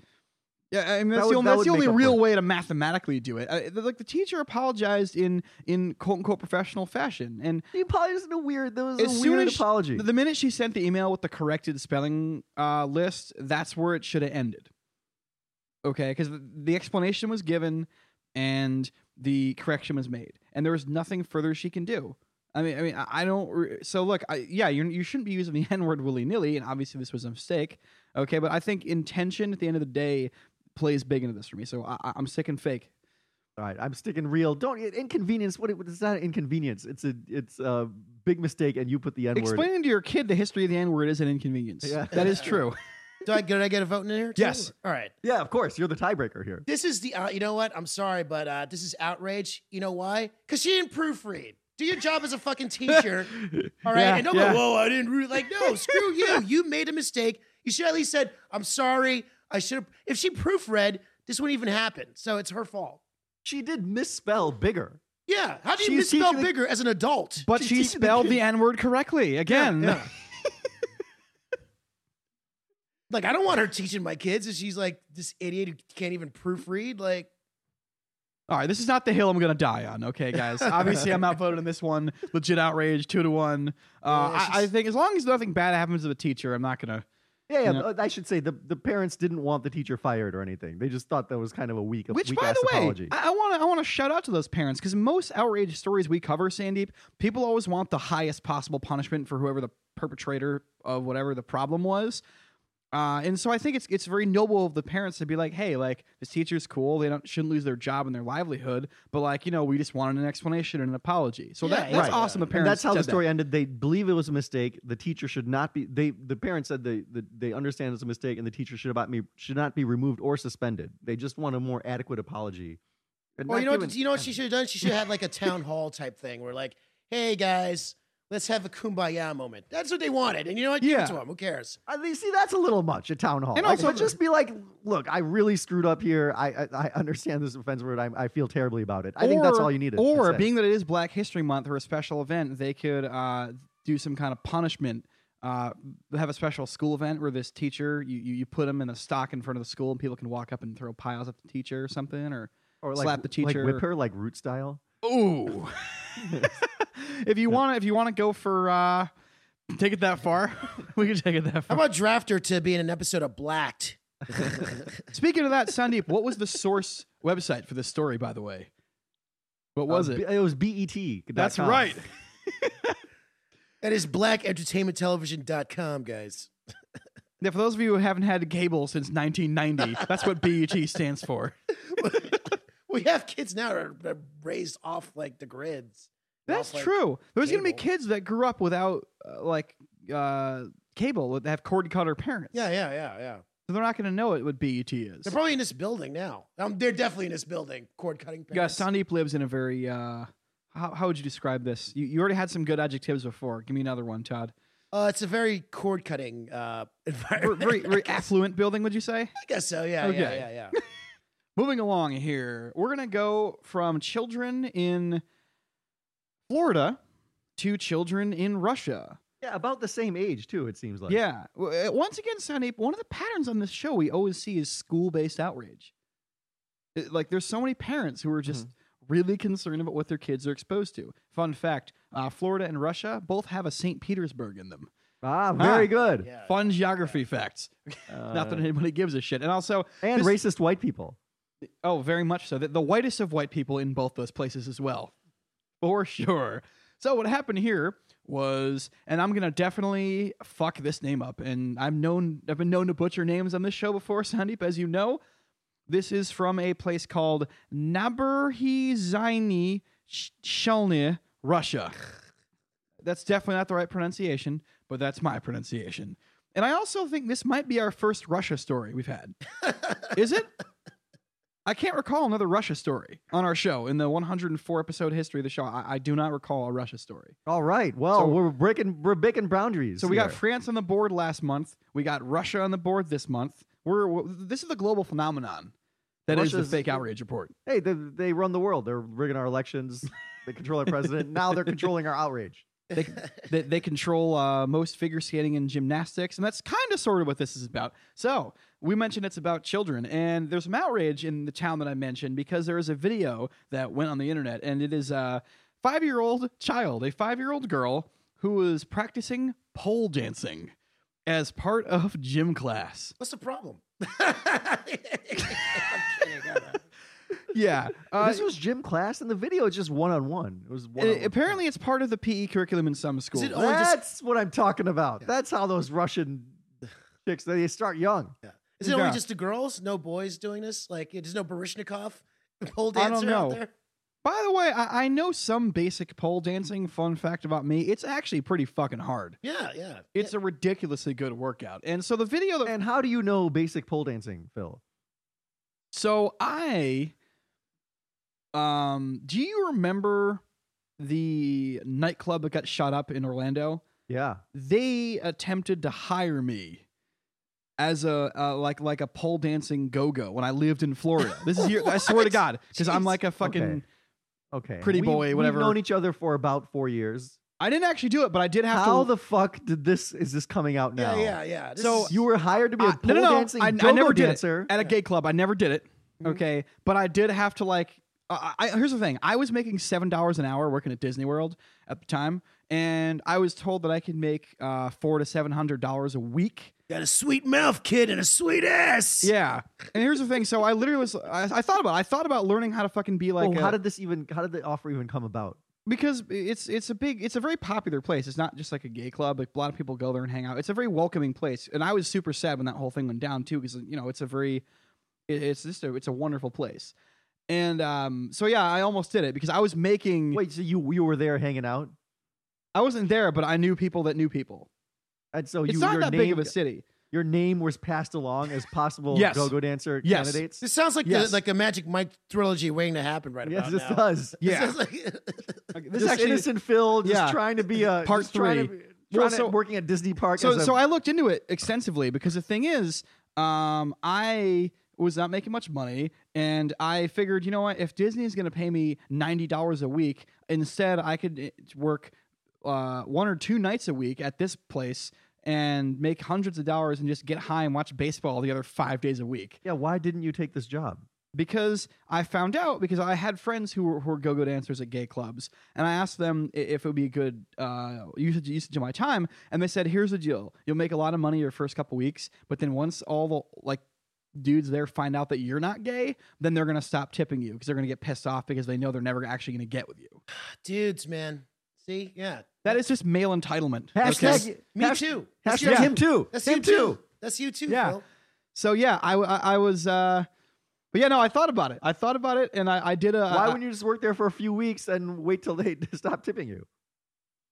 [SPEAKER 2] yeah. I mean,
[SPEAKER 1] That
[SPEAKER 2] that's
[SPEAKER 1] would-
[SPEAKER 2] the only,
[SPEAKER 1] that
[SPEAKER 2] that's the
[SPEAKER 1] would make
[SPEAKER 2] only
[SPEAKER 1] up
[SPEAKER 2] real
[SPEAKER 1] for it.
[SPEAKER 2] way to mathematically do it. Uh, like the teacher apologized in in quote unquote professional fashion, and
[SPEAKER 1] The apology was a weird. That was
[SPEAKER 2] As
[SPEAKER 1] a
[SPEAKER 2] soon
[SPEAKER 1] weird
[SPEAKER 2] as she-
[SPEAKER 1] apology.
[SPEAKER 2] the minute she sent the email with the corrected spelling uh, list, that's where it should have ended. Okay, because the explanation was given and the correction was made, and there was nothing further she can do. I mean, I mean, I I don't. Re- so look, I, yeah, you you shouldn't be using the [laughs] N word willy nilly, and obviously this was a mistake. Okay, but I think intention at the end of the day plays big into this for me. So I, I- I'm sick and fake.
[SPEAKER 1] All right, I'm sticking real. Don't inconvenience. What? It, it's not an inconvenience. It's a it's a big mistake, and you put the N word.
[SPEAKER 2] Explaining to your kid the history of the N word is an inconvenience.
[SPEAKER 1] Yeah.
[SPEAKER 2] That is true.
[SPEAKER 1] [laughs]
[SPEAKER 3] Do I, did I get a vote in here? too?
[SPEAKER 2] Yes.
[SPEAKER 3] All right.
[SPEAKER 1] Yeah, of course. You're the tiebreaker here.
[SPEAKER 3] This is the, uh, you know what? I'm sorry, but uh, this is outrage. You know why? Because she didn't proofread. Do your job as a
[SPEAKER 2] [laughs]
[SPEAKER 3] fucking teacher. All right.
[SPEAKER 2] Yeah,
[SPEAKER 3] and don't
[SPEAKER 2] yeah.
[SPEAKER 3] go, whoa, I didn't read. Like, no,
[SPEAKER 2] [laughs]
[SPEAKER 3] screw you. You made a mistake. You should at least said, I'm sorry. I should have. If she proofread, this wouldn't even happen. So it's her fault.
[SPEAKER 1] She did misspell bigger.
[SPEAKER 3] Yeah. How do you
[SPEAKER 1] She's
[SPEAKER 3] misspell
[SPEAKER 1] teaching the-
[SPEAKER 3] bigger as an adult?
[SPEAKER 2] But
[SPEAKER 1] She's
[SPEAKER 2] she
[SPEAKER 1] teaching the
[SPEAKER 2] spelled
[SPEAKER 1] kid-
[SPEAKER 2] the N word correctly again.
[SPEAKER 3] yeah. [laughs] Like, I don't want her teaching my kids, and she's like this idiot who can't even proofread. Like,
[SPEAKER 2] All right, this is not the hill I'm gonna die on.
[SPEAKER 1] [laughs]
[SPEAKER 2] Okay, guys. Obviously, I'm outvoted in this one. Legit outrage, two to one. Uh,
[SPEAKER 3] Yeah, it's
[SPEAKER 2] I, I
[SPEAKER 3] just-
[SPEAKER 2] think as long as nothing bad happens to the teacher, I'm not gonna.
[SPEAKER 1] Yeah, yeah.
[SPEAKER 2] Yeah.
[SPEAKER 1] uh, I should say the, the parents didn't want the teacher fired or anything. They just thought that was kind of a weak,
[SPEAKER 2] Which,
[SPEAKER 1] weak
[SPEAKER 2] by
[SPEAKER 1] ass
[SPEAKER 2] the way,
[SPEAKER 1] apology.
[SPEAKER 2] I want to I want to shout out to those parents because most outrage stories we cover, Sandeep, people always want the highest possible punishment for whoever the perpetrator of whatever the problem was. Uh, and so I think it's it's very noble of the parents to be like, hey, like this teacher's cool. They don't shouldn't lose their job and their livelihood, but like you know, we just wanted an explanation and an apology. So that,
[SPEAKER 3] Yeah,
[SPEAKER 2] that's
[SPEAKER 1] yeah.
[SPEAKER 2] awesome. The
[SPEAKER 1] and
[SPEAKER 2] parents.
[SPEAKER 1] that's how the
[SPEAKER 2] said that.
[SPEAKER 1] story ended. They believe it was a mistake. The teacher should not be. They the parents said they the, they understand it's a mistake, and the teacher should about me should not be removed or suspended. They just want a more adequate apology. And
[SPEAKER 3] well,
[SPEAKER 1] not
[SPEAKER 3] you know, what,
[SPEAKER 1] given-
[SPEAKER 3] you know what she should have done? She should have had like a town hall type thing where, like, hey guys, let's have a kumbaya moment. That's what they wanted, and you know what? Give
[SPEAKER 2] Yeah.
[SPEAKER 3] it to them. Who cares?
[SPEAKER 1] I mean, Uh, see, that's a little much at town hall.
[SPEAKER 2] And
[SPEAKER 1] Like,
[SPEAKER 2] also-
[SPEAKER 1] but just be like, look, I really screwed up here. I I, I understand this offense word. I, I feel terribly about it. I think that's
[SPEAKER 2] Or-
[SPEAKER 1] all you needed. to
[SPEAKER 2] Or
[SPEAKER 1] say.
[SPEAKER 2] being that it is Black History Month or a special event, they could uh, do some kind of punishment. Uh, they have a special school event where this teacher you, you, you put them in a stock in front of the school and people can walk up and throw piles at the teacher or something or
[SPEAKER 1] Or
[SPEAKER 2] Slap the teacher.
[SPEAKER 1] Like whip her like root style.
[SPEAKER 2] ooh [laughs] if you want if you want to go for uh, take it that far [laughs] we can take it that
[SPEAKER 3] How
[SPEAKER 2] far
[SPEAKER 3] about draft her to be in an episode of Blacked?
[SPEAKER 2] speaking of that Sandeep what was the source website for this story by the way what was
[SPEAKER 1] Uh,
[SPEAKER 2] it
[SPEAKER 1] B- It was BET.
[SPEAKER 2] that's right
[SPEAKER 3] That is blackentertainmenttelevision.com, guys.
[SPEAKER 2] now for those of you who haven't had cable since 1990 that's what
[SPEAKER 3] [laughs]
[SPEAKER 2] BET stands for
[SPEAKER 3] we have kids now that are, are raised off like the grids. and
[SPEAKER 2] That's
[SPEAKER 3] off, like-
[SPEAKER 2] true. There's going to be
[SPEAKER 3] cable.
[SPEAKER 2] kids that grew up without uh, like uh, cable that have cord cutter parents.
[SPEAKER 3] Yeah, yeah, yeah, yeah.
[SPEAKER 2] So they're not going to know it what BET is.
[SPEAKER 3] They're probably in this building now. Um, they're definitely in this building. Cord cutting.
[SPEAKER 2] Yeah,
[SPEAKER 3] parents.
[SPEAKER 2] Sandeep lives in a very. Uh, how, how would you describe this? You, you already had some good adjectives before. Give me another one,
[SPEAKER 3] [laughs]
[SPEAKER 2] Todd.
[SPEAKER 3] Uh, it's a very cord cutting uh, [laughs]
[SPEAKER 2] Very,
[SPEAKER 3] environment.
[SPEAKER 2] very,
[SPEAKER 3] I
[SPEAKER 2] very
[SPEAKER 3] guess-
[SPEAKER 2] affluent building, would you say?
[SPEAKER 3] I guess so. Yeah, yeah,
[SPEAKER 2] Okay.
[SPEAKER 3] yeah, yeah.
[SPEAKER 2] Moving along here, we're going to go from children in Florida to children in Russia.
[SPEAKER 1] Yeah, about the same age too. It seems like.
[SPEAKER 2] Yeah. W- uh, Once again, Sandeep, one of the patterns on this show we always see is school based outrage. It- like, there's so many parents who are just really concerned about what their kids are exposed to. Fun fact uh, Florida and Russia both have a St. Petersburg in them.
[SPEAKER 1] Ah, very
[SPEAKER 2] Ah.
[SPEAKER 1] good.
[SPEAKER 3] yeah.
[SPEAKER 2] Fun geography facts. Not that
[SPEAKER 1] Uh,
[SPEAKER 2] anybody gives a shit. And also,
[SPEAKER 1] and
[SPEAKER 2] this-
[SPEAKER 1] racist white people.
[SPEAKER 2] oh, very much so, the, the whitest of white people in both those places as well. For [laughs] sure. So, what happened here was, and I'm going to definitely fuck this name up. And I've known, I've been known to butcher names on this show before, [laughs] Sandeep, as you know. This is from a place called Naberhizhny Shelny, Russia. That's definitely not the right pronunciation, but that's my pronunciation. And I also think this might be our first Russia story we've had. is it? I can't recall another Russia story on our show in the 104 episode history of the show. I, I do not recall a Russia story.
[SPEAKER 1] All right. Well,
[SPEAKER 2] So-
[SPEAKER 1] we're breaking we're breaking boundaries.
[SPEAKER 2] So we got
[SPEAKER 1] here.
[SPEAKER 2] France on the board last month. We got Russia on the board this month. We're, we this is the global phenomenon that is
[SPEAKER 1] Russia's-
[SPEAKER 2] the fake outrage report.
[SPEAKER 1] hey, they, they run the world. They're rigging our elections. They control our president. now they're controlling our outrage.
[SPEAKER 2] They, they, they control uh, most figure skating and gymnastics, and that's kind of sort of what this is about. So we mentioned it's about children, and there's some outrage in the town that I mentioned because there is a video that went on the internet, and it is a five-year-old child, a five-year-old girl who is practicing pole dancing as part of gym class.
[SPEAKER 3] What's the problem? [laughs] I'm kidding, I don't know.
[SPEAKER 2] Yeah,
[SPEAKER 1] [laughs]
[SPEAKER 2] uh,
[SPEAKER 1] this was gym class, and the video is just one on one. It was one.
[SPEAKER 2] a- apparently it's part of the PE curriculum in some schools.
[SPEAKER 3] it only just-
[SPEAKER 1] that's what I'm talking about. That's how those
[SPEAKER 2] [sighs]
[SPEAKER 1] Russian chicks they start young.
[SPEAKER 3] Is it only
[SPEAKER 2] Yeah.
[SPEAKER 3] just the girls? No boys doing this? Like, there's no Barishnikov pole
[SPEAKER 2] I
[SPEAKER 3] dancer
[SPEAKER 2] don't
[SPEAKER 3] out
[SPEAKER 2] know.
[SPEAKER 3] there?
[SPEAKER 2] By the way, I, I know some basic pole dancing. Fun fact about me: it's actually pretty fucking hard.
[SPEAKER 3] Yeah, yeah.
[SPEAKER 2] It's a ridiculously good workout. And so the video that
[SPEAKER 1] And how do you know basic pole dancing, Phil?
[SPEAKER 2] so I um do you remember the nightclub that got shot up in Orlando?
[SPEAKER 1] Yeah.
[SPEAKER 2] They attempted to hire me as a uh, like like a pole dancing go-go when I lived in Florida. This is year, I swear to
[SPEAKER 3] What?
[SPEAKER 2] god cuz I'm
[SPEAKER 3] Jeez.
[SPEAKER 2] like a fucking
[SPEAKER 1] Okay. Okay.
[SPEAKER 2] Pretty
[SPEAKER 1] We-
[SPEAKER 2] boy, whatever.
[SPEAKER 1] We've known each other for about four years.
[SPEAKER 2] I didn't actually do it, but I did have
[SPEAKER 1] How
[SPEAKER 2] to
[SPEAKER 1] the fuck did this? Is this coming out
[SPEAKER 3] Yeah,
[SPEAKER 1] now?
[SPEAKER 3] yeah, yeah. This
[SPEAKER 2] So-
[SPEAKER 3] is-
[SPEAKER 1] You were hired to be a
[SPEAKER 2] I-
[SPEAKER 1] pole dancing
[SPEAKER 2] I, I
[SPEAKER 1] go-go
[SPEAKER 2] never did it.
[SPEAKER 1] dancer.
[SPEAKER 2] at a gay club. I never did it.
[SPEAKER 3] Mhm.
[SPEAKER 2] Okay, but I did have to like. I, I, here's the thing: I was making seven dollars an hour working at Disney World at the time, and I was told that I could make uh, four to seven hundred dollars a week.
[SPEAKER 3] got a sweet mouth, kid, and a sweet ass.
[SPEAKER 2] Yeah, and here's the thing: so I literally was. I, I thought about. it. I thought about learning how to fucking be like.
[SPEAKER 1] Well, Oh, how
[SPEAKER 2] a-
[SPEAKER 1] did this even? How did the offer even come about?
[SPEAKER 2] because it's it's a big it's a very popular place. It's not just like a gay club. Like a lot of people go there and hang out. It's a very welcoming place. And I was super sad when that whole thing went down too, because you know it's a very it, it's just a it's a wonderful place. And um, so yeah, I almost did it because I was making.
[SPEAKER 1] Wait, so you you were there hanging out,
[SPEAKER 2] I wasn't there, but I knew people that knew people.
[SPEAKER 1] and so
[SPEAKER 2] It's
[SPEAKER 1] you
[SPEAKER 2] not
[SPEAKER 1] your
[SPEAKER 2] that
[SPEAKER 1] name
[SPEAKER 2] big of a city.
[SPEAKER 1] your name was passed along as possible
[SPEAKER 2] Yes.
[SPEAKER 1] go-go dancer
[SPEAKER 2] Yes.
[SPEAKER 1] candidates.
[SPEAKER 3] This sounds like
[SPEAKER 2] Yes.
[SPEAKER 3] the, like a Magic Mike trilogy waiting to happen right
[SPEAKER 1] yes,
[SPEAKER 3] about
[SPEAKER 1] this
[SPEAKER 3] now.
[SPEAKER 1] does.
[SPEAKER 3] [laughs] This
[SPEAKER 2] Yeah,
[SPEAKER 3] is like-
[SPEAKER 2] Okay,
[SPEAKER 1] This
[SPEAKER 2] this actually.
[SPEAKER 1] innocent Phil just
[SPEAKER 2] yeah.
[SPEAKER 1] trying to be a
[SPEAKER 2] Part
[SPEAKER 1] just trying
[SPEAKER 2] three.
[SPEAKER 1] to, trying
[SPEAKER 2] Well,
[SPEAKER 1] to-
[SPEAKER 2] so-
[SPEAKER 1] working at Disney Park.
[SPEAKER 2] So
[SPEAKER 1] as a-
[SPEAKER 2] so I looked into it extensively because the thing is, um, I was not making much money, and I figured, you know what, if Disney is going to pay me ninety dollars a week, instead I could eh, work uh, one or two nights a week at this place and make hundreds of dollars and just get high and watch baseball the other five days a week.
[SPEAKER 1] Yeah, why didn't you take this job?
[SPEAKER 2] because I found out because I had friends who were, who were go-go dancers at gay clubs, and I asked them i- if it would be a good uh, usage usage of my time, and they said, "Here's the deal: you'll make a lot of money your first couple weeks, but then once all the like dudes there find out that you're not gay, then they're gonna stop tipping you because they're gonna get pissed off because they know they're never actually gonna get with you.
[SPEAKER 3] Dudes, man. See, yeah.
[SPEAKER 2] That is just male entitlement.
[SPEAKER 1] Hashtag-
[SPEAKER 2] Okay?
[SPEAKER 3] Me
[SPEAKER 1] Hash-
[SPEAKER 3] too. That's
[SPEAKER 1] Hashtag
[SPEAKER 3] you too.
[SPEAKER 1] him too.
[SPEAKER 3] That's
[SPEAKER 1] him
[SPEAKER 3] you too. That's you too.
[SPEAKER 2] Yeah.
[SPEAKER 3] Phil.
[SPEAKER 2] So yeah, I, I I was, uh, but yeah, no, I thought about it. I thought about it, and I, I did a.
[SPEAKER 1] Why
[SPEAKER 2] I-
[SPEAKER 1] wouldn't you just work there for a few weeks and wait till they [laughs] stop tipping you?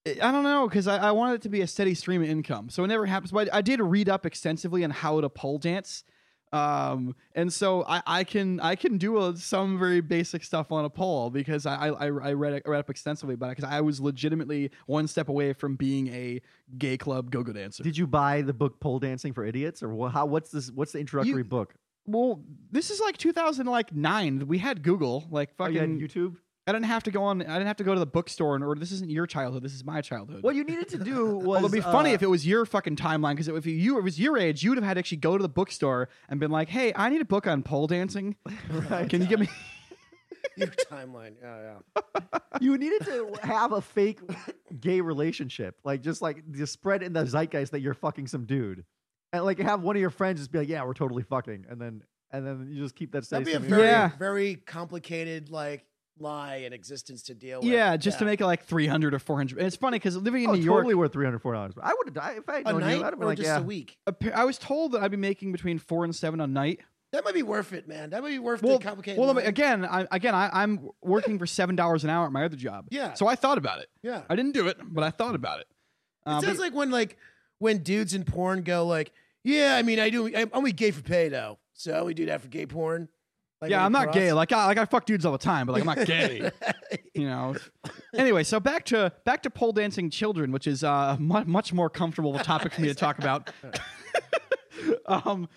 [SPEAKER 2] I don't know because I, I wanted it to be a steady stream of income, so it never happens. But I, I did read up extensively on how to pole dance, um, and so I, I can I can do a, some very basic stuff on a pole because I I, I I read I read up extensively about it because I was legitimately one step away from being a gay club go go dancer.
[SPEAKER 1] Did you buy the book Pole Dancing for Idiots or wha- how? What's this? What's the introductory
[SPEAKER 2] You-
[SPEAKER 1] book?
[SPEAKER 2] well, this is like 2009. We had Google, like
[SPEAKER 1] Oh,
[SPEAKER 2] fucking.
[SPEAKER 1] you had YouTube.
[SPEAKER 2] I didn't have to go on. I didn't have to go to the bookstore and order. This isn't your childhood. This is my childhood.
[SPEAKER 1] What you needed to do was.
[SPEAKER 2] Well, it'd be funny
[SPEAKER 1] uh,
[SPEAKER 2] if it was your fucking timeline because if you it was your age, you would have had to actually go to the bookstore and been like, "Hey, I need a book on pole dancing.
[SPEAKER 1] [laughs] Right.
[SPEAKER 2] Can you give me?" [laughs]
[SPEAKER 3] Your timeline. Yeah,
[SPEAKER 1] you needed to have a fake gay relationship, like just like just spread in the zeitgeist that you're fucking some dude, and like have one of your friends just be like, "Yeah, we're totally fucking," and then and then you just keep that. steady
[SPEAKER 3] That'd be a
[SPEAKER 1] stream.
[SPEAKER 3] very,
[SPEAKER 2] Yeah.
[SPEAKER 3] very complicated like lie and existence to deal with.
[SPEAKER 2] yeah, just to make it like three hundred or four hundred. It's funny because living in
[SPEAKER 1] oh,
[SPEAKER 2] New York,
[SPEAKER 1] totally worth three hundred four dollars. I would have died if I had
[SPEAKER 3] a
[SPEAKER 1] known
[SPEAKER 3] night
[SPEAKER 1] you. I'd have
[SPEAKER 3] or
[SPEAKER 1] been like,
[SPEAKER 3] just
[SPEAKER 1] "Yeah,
[SPEAKER 3] a week.
[SPEAKER 2] appa- I was told that I'd be making between four and seven a night.
[SPEAKER 3] That might be worth it, man. That might be worth
[SPEAKER 2] Well,
[SPEAKER 3] the complicated.
[SPEAKER 2] well, I mean,
[SPEAKER 3] line.
[SPEAKER 2] again, I, again, I, I'm working for seven dollars an hour at my other job.
[SPEAKER 3] Yeah.
[SPEAKER 2] so I thought about it.
[SPEAKER 3] yeah.
[SPEAKER 2] I didn't do it, but I thought about it. Uh, but-
[SPEAKER 3] It sounds like when like when dudes in porn go like, yeah, I mean, I do. I'm only gay for pay though, so I only do that for gay porn. Like,
[SPEAKER 2] yeah,
[SPEAKER 3] when
[SPEAKER 2] I'm
[SPEAKER 3] you
[SPEAKER 2] not gay.
[SPEAKER 3] cross-
[SPEAKER 2] Like I like I fuck dudes all the time, but like I'm not
[SPEAKER 3] [laughs]
[SPEAKER 2] gay. you know. Anyway, so back to back to pole dancing children, which is uh, mu- much more comfortable topic for me to talk about. [laughs] um,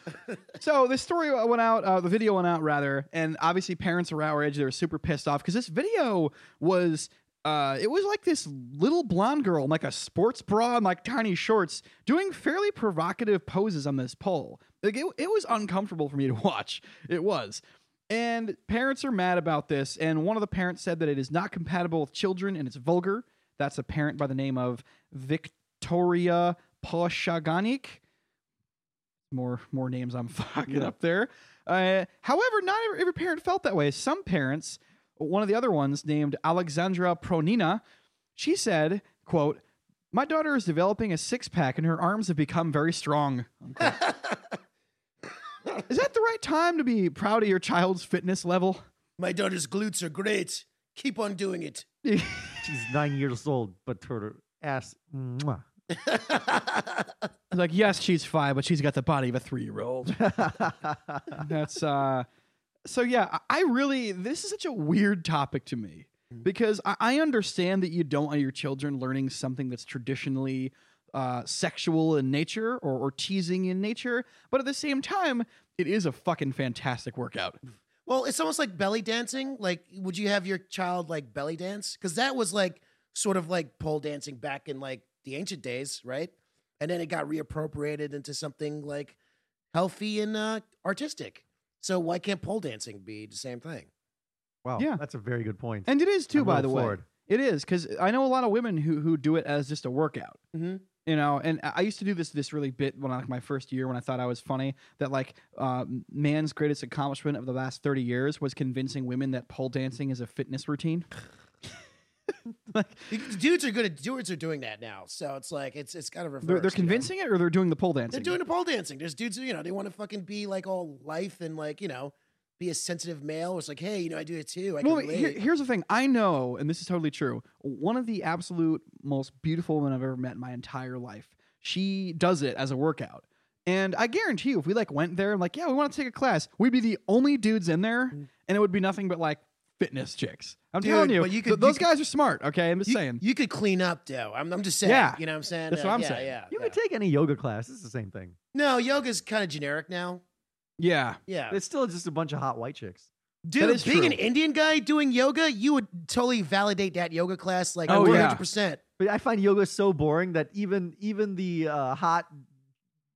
[SPEAKER 2] so this story went out, uh, the video went out rather, and obviously parents were outraged. They were super pissed off because this video was. Uh, it was like this little blonde girl in like a sports bra and like tiny shorts doing fairly provocative poses on this pole. Like it, it was uncomfortable for me to [laughs] watch. It was. And parents are mad about this. And one of the parents said that it is not compatible with children and it's vulgar. That's a parent by the name of Victoria Poshaganik. More more names I'm [laughs] fucking
[SPEAKER 1] Yeah.
[SPEAKER 2] up there. Uh, however, not every, every parent felt that way. Some parents, one of the other ones named Alexandra Pronina, she said, "quote My daughter is developing a six pack and her arms have become very strong." unquote. is that the right time to be proud of your child's fitness level?
[SPEAKER 3] My daughter's glutes are great. Keep on doing it. [laughs]
[SPEAKER 1] she's nine years old, but her ass." mwah.
[SPEAKER 2] like yes she's five but she's got the body of a three-year-old that's uh so yeah I- i really this is such a weird topic to me because i, I understand that you don't want your children learning something that's traditionally uh, sexual in nature or, or teasing in nature but at the same time it is a fucking fantastic workout
[SPEAKER 3] well, it's almost like belly dancing. Like, would you have your child like belly dance? Because that was like sort of like pole dancing back in like the ancient days, right? And then it got reappropriated into something like healthy and uh, artistic. So why can't pole dancing be the same thing?
[SPEAKER 1] wow,
[SPEAKER 2] Yeah.
[SPEAKER 1] that's a very good point.
[SPEAKER 2] and it is
[SPEAKER 1] I'm
[SPEAKER 2] too
[SPEAKER 1] a
[SPEAKER 2] by the
[SPEAKER 1] little
[SPEAKER 2] way
[SPEAKER 1] floored.
[SPEAKER 2] it is because i know a lot of women who who do it as just a workout
[SPEAKER 3] Mhm.
[SPEAKER 2] you know and i I used to do this this really bit when I, like my first year when i thought i was funny that like uh, man's greatest accomplishment of the last 30 years was convincing women that pole dancing is a fitness routine [laughs] like
[SPEAKER 3] You- Dudes are good at dudes are doing that now, so it's like it's it's kind of reversed.
[SPEAKER 2] they're, they're
[SPEAKER 3] you know?
[SPEAKER 2] convincing it or they're doing the pole
[SPEAKER 3] They're
[SPEAKER 2] dancing
[SPEAKER 3] doing the pole dancing. There's dudes, who, you know, they want to fucking be like all life and like you know, be a sensitive male. It's like, hey, you know, I do it too. I can
[SPEAKER 2] well,
[SPEAKER 3] relate.
[SPEAKER 2] here, here's the thing. I know, and this is totally true. One of the absolute most beautiful women I've ever met in my entire life. She does it as a workout, and I guarantee you, if we like went there and like, yeah, we want to take a class, we'd be the only dudes in there, and it would be nothing but like fitness chicks. I'm
[SPEAKER 3] Mm. Dude,
[SPEAKER 2] telling you,
[SPEAKER 3] but you could-
[SPEAKER 2] th-
[SPEAKER 3] you
[SPEAKER 2] those
[SPEAKER 3] could-
[SPEAKER 2] guys are smart. Okay, I'm just
[SPEAKER 3] you,
[SPEAKER 2] saying.
[SPEAKER 3] you could clean up though. I'm, I'm just saying.
[SPEAKER 2] Yeah.
[SPEAKER 3] you know what I'm saying.
[SPEAKER 2] That's
[SPEAKER 3] Uh,
[SPEAKER 2] what I'm
[SPEAKER 3] yeah,
[SPEAKER 2] saying.
[SPEAKER 3] Yeah,
[SPEAKER 1] You
[SPEAKER 3] yeah.
[SPEAKER 1] could take any yoga class. It's the same thing.
[SPEAKER 3] no, yoga's kind of generic now.
[SPEAKER 2] yeah,
[SPEAKER 3] Yeah,
[SPEAKER 1] It's still just a bunch of hot white chicks.
[SPEAKER 3] dude,
[SPEAKER 2] is
[SPEAKER 3] being an
[SPEAKER 2] true.
[SPEAKER 3] Indian guy doing yoga, you would totally validate that yoga class like
[SPEAKER 2] Oh, yeah.
[SPEAKER 3] 100. percent
[SPEAKER 1] But I find yoga so boring that even even the uh, hot,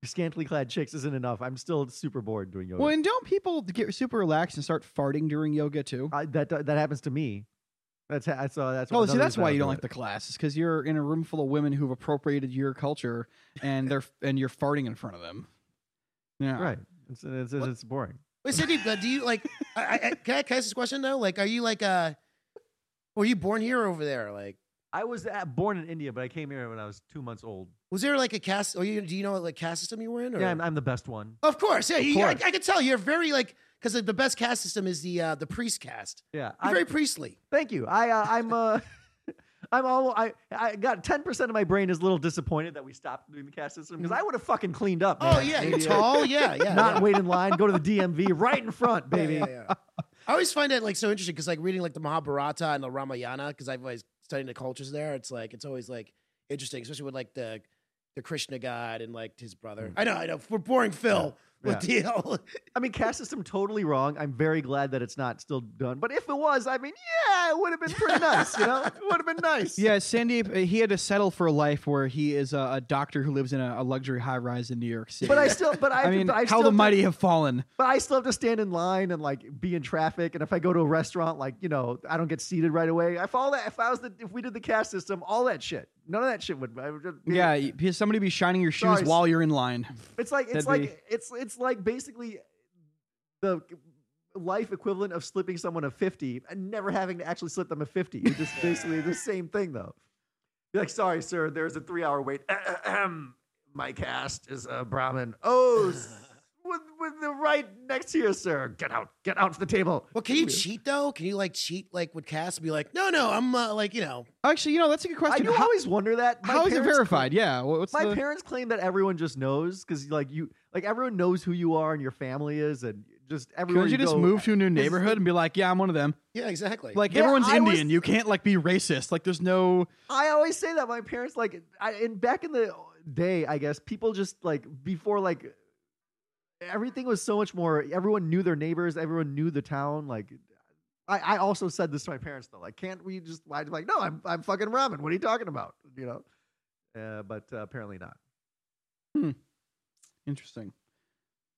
[SPEAKER 1] scantily clad chicks isn't enough. I'm still super bored doing yoga.
[SPEAKER 2] Well, and don't people get super relaxed and start farting during yoga too?
[SPEAKER 1] I, that that happens to me. That's ha- that's uh, that's.
[SPEAKER 2] Oh, see,
[SPEAKER 1] another
[SPEAKER 2] that's
[SPEAKER 1] reason I
[SPEAKER 2] why you don't
[SPEAKER 1] do
[SPEAKER 2] like
[SPEAKER 1] it.
[SPEAKER 2] the class. Is because you're in a room full of women who've appropriated your culture, and they're and you're farting in front of them. Yeah,
[SPEAKER 1] right. It's it's, it's,
[SPEAKER 3] What?
[SPEAKER 1] it's boring.
[SPEAKER 3] Wait, Sandeep, uh, do you like? [laughs] I, I, I- can I can I ask this question though? Like, are you like uh, were you born here or over there? Like,
[SPEAKER 1] I was at, born in India, but I came here when I was two months old.
[SPEAKER 3] was there like a cast? Or you, do you know what like caste system you were in? Or?
[SPEAKER 1] Yeah, I'm, I'm the best one.
[SPEAKER 3] of course. Yeah, you,
[SPEAKER 1] course.
[SPEAKER 3] I, I could tell you're very like because the best caste system is the uh, the priest caste.
[SPEAKER 1] Yeah,
[SPEAKER 3] You're
[SPEAKER 1] I'm-
[SPEAKER 3] very priestly.
[SPEAKER 1] Thank you. I uh, I'm uh, [laughs] I'm all I I got ten percent of my brain is a little disappointed that we stopped doing the caste system because
[SPEAKER 2] Mm-hmm.
[SPEAKER 1] I would have fucking cleaned up.
[SPEAKER 3] Oh
[SPEAKER 1] man.
[SPEAKER 3] yeah, you're
[SPEAKER 1] Maybe, uh,
[SPEAKER 3] tall. Yeah, yeah.
[SPEAKER 1] Not
[SPEAKER 3] yeah.
[SPEAKER 1] wait in line. Go to the DMV right in
[SPEAKER 2] [laughs]
[SPEAKER 1] front,
[SPEAKER 3] Yeah,
[SPEAKER 1] baby.
[SPEAKER 3] yeah, yeah. I always find that like so interesting because like reading like the Mahabharata and the Ramayana because I've always studied the cultures there. It's like it's always like interesting, especially with like the the Krishna god and like his brother.
[SPEAKER 2] Mm.
[SPEAKER 3] I know, I know. We're boring Phil with the whole-
[SPEAKER 1] I mean, caste system totally wrong. I'm very glad that it's not still done. But if it was, I mean, yeah, it would have been pretty nice. You know, it would have been nice.
[SPEAKER 2] Yeah, Sandeep, uh, he had to settle for a life where he is a, a doctor who lives in a, a luxury high rise in New York City.
[SPEAKER 1] But I still, but I,
[SPEAKER 2] I mean,
[SPEAKER 1] but I
[SPEAKER 2] how
[SPEAKER 1] still
[SPEAKER 2] the
[SPEAKER 1] have to-
[SPEAKER 2] mighty have fallen.
[SPEAKER 1] but I still have to stand in line and like be in traffic. And if I go to a restaurant, like you know, I don't get seated right away. If all that, if I was the, if we did the caste system, all that shit, none of that shit would. I would just be-
[SPEAKER 2] Yeah, y- because somebody be shining your shoes
[SPEAKER 1] Sorry, s-
[SPEAKER 2] while you're in line.
[SPEAKER 1] it's like it's
[SPEAKER 2] that'd
[SPEAKER 1] like it's it's like basically the life equivalent of slipping someone a fifty and never having to actually slip them a fifty. It's just basically the same thing though. You're like, sorry, sir, there's a three-hour wait. Ahem. My caste is a Brahmin. Oh.
[SPEAKER 2] [laughs]
[SPEAKER 1] s- With, with the right next to you, sir. Get out. Get out from the table.
[SPEAKER 3] [laughs] Well, can you cheat though? Can you like cheat like with caste and be like, no, no, I'm uh, like you know.
[SPEAKER 2] Actually, you know that's a good
[SPEAKER 1] I
[SPEAKER 2] question.
[SPEAKER 1] do
[SPEAKER 2] How-
[SPEAKER 1] always wonder that. My
[SPEAKER 2] how is it
[SPEAKER 1] parents
[SPEAKER 2] verified? yeah, wha- what's
[SPEAKER 1] claim- my
[SPEAKER 2] the-
[SPEAKER 1] parents claim that everyone just knows because, like, you, like, everyone knows who you are and your family is, and just everyone.
[SPEAKER 2] Couldn't you just
[SPEAKER 1] go,
[SPEAKER 2] move to a new neighborhood
[SPEAKER 1] the-
[SPEAKER 2] and be like, yeah, I'm one of them?
[SPEAKER 3] Yeah, exactly.
[SPEAKER 2] Like
[SPEAKER 1] Yeah,
[SPEAKER 2] everyone's
[SPEAKER 1] I was-
[SPEAKER 2] Indian. You can't like be racist. Like there's no.
[SPEAKER 1] I always say that my parents, like, I, and back in the day, I guess people just like before, like, everything was so much more. Everyone knew their neighbors. Everyone knew the town. Like, I, I also said this to my parents though. Like, can't we just? I'm like, no, I'm, I'm fucking ramen. What are you talking about? You know. Uh, but uh, apparently not.
[SPEAKER 2] Interesting.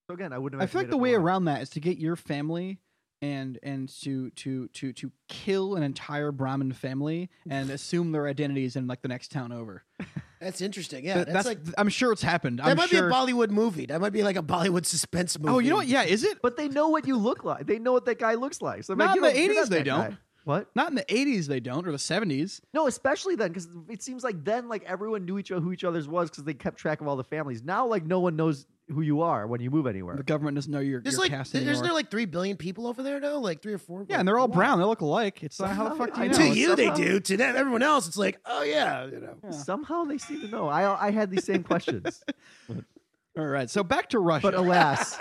[SPEAKER 1] So again, I wouldn't.
[SPEAKER 2] I
[SPEAKER 1] Have
[SPEAKER 2] feel like the way around that is to get your family and and to to to to kill an entire Brahmin family
[SPEAKER 3] [laughs]
[SPEAKER 2] and assume their identities in like the next town over.
[SPEAKER 3] that's interesting. Yeah,
[SPEAKER 2] Th-
[SPEAKER 3] that's,
[SPEAKER 2] that's,
[SPEAKER 3] like
[SPEAKER 2] I'm sure it's happened.
[SPEAKER 3] that
[SPEAKER 2] I'm
[SPEAKER 3] might
[SPEAKER 2] sure.
[SPEAKER 3] be a Bollywood movie. That might be like a Bollywood suspense movie.
[SPEAKER 2] oh, you know what? Yeah, is it?
[SPEAKER 1] But they know what you look like. They know what that guy looks like. So I'm
[SPEAKER 2] Not
[SPEAKER 1] like,
[SPEAKER 2] in
[SPEAKER 1] you don't-
[SPEAKER 2] the
[SPEAKER 1] you're not
[SPEAKER 2] 80s they
[SPEAKER 1] that guy.
[SPEAKER 2] don't.
[SPEAKER 1] What?
[SPEAKER 2] Not in the 80s they don't, or the 70s.
[SPEAKER 1] No, especially then, because it seems like then, like everyone knew each other, who each other's was, because they kept track of all the families. Now, like no one knows who you are when you move anywhere.
[SPEAKER 2] The government doesn't know your,
[SPEAKER 3] There's
[SPEAKER 2] your
[SPEAKER 3] like
[SPEAKER 2] caste
[SPEAKER 3] there's
[SPEAKER 2] anymore.
[SPEAKER 3] there like three billion people over there now, like three or four.
[SPEAKER 2] yeah, and they're all
[SPEAKER 3] Why?
[SPEAKER 2] brown. They look alike. It's like how the
[SPEAKER 1] Somehow-
[SPEAKER 3] [laughs]
[SPEAKER 2] fuck do you
[SPEAKER 1] I
[SPEAKER 2] know?
[SPEAKER 3] to
[SPEAKER 1] know,
[SPEAKER 2] It's-
[SPEAKER 3] you they
[SPEAKER 1] somehow-
[SPEAKER 3] do to them everyone else it's like oh yeah you know
[SPEAKER 2] Yeah.
[SPEAKER 1] Somehow they seem to know. I I had these same
[SPEAKER 2] [laughs]
[SPEAKER 1] questions,
[SPEAKER 2] All right, so back to Russia.
[SPEAKER 1] but alas,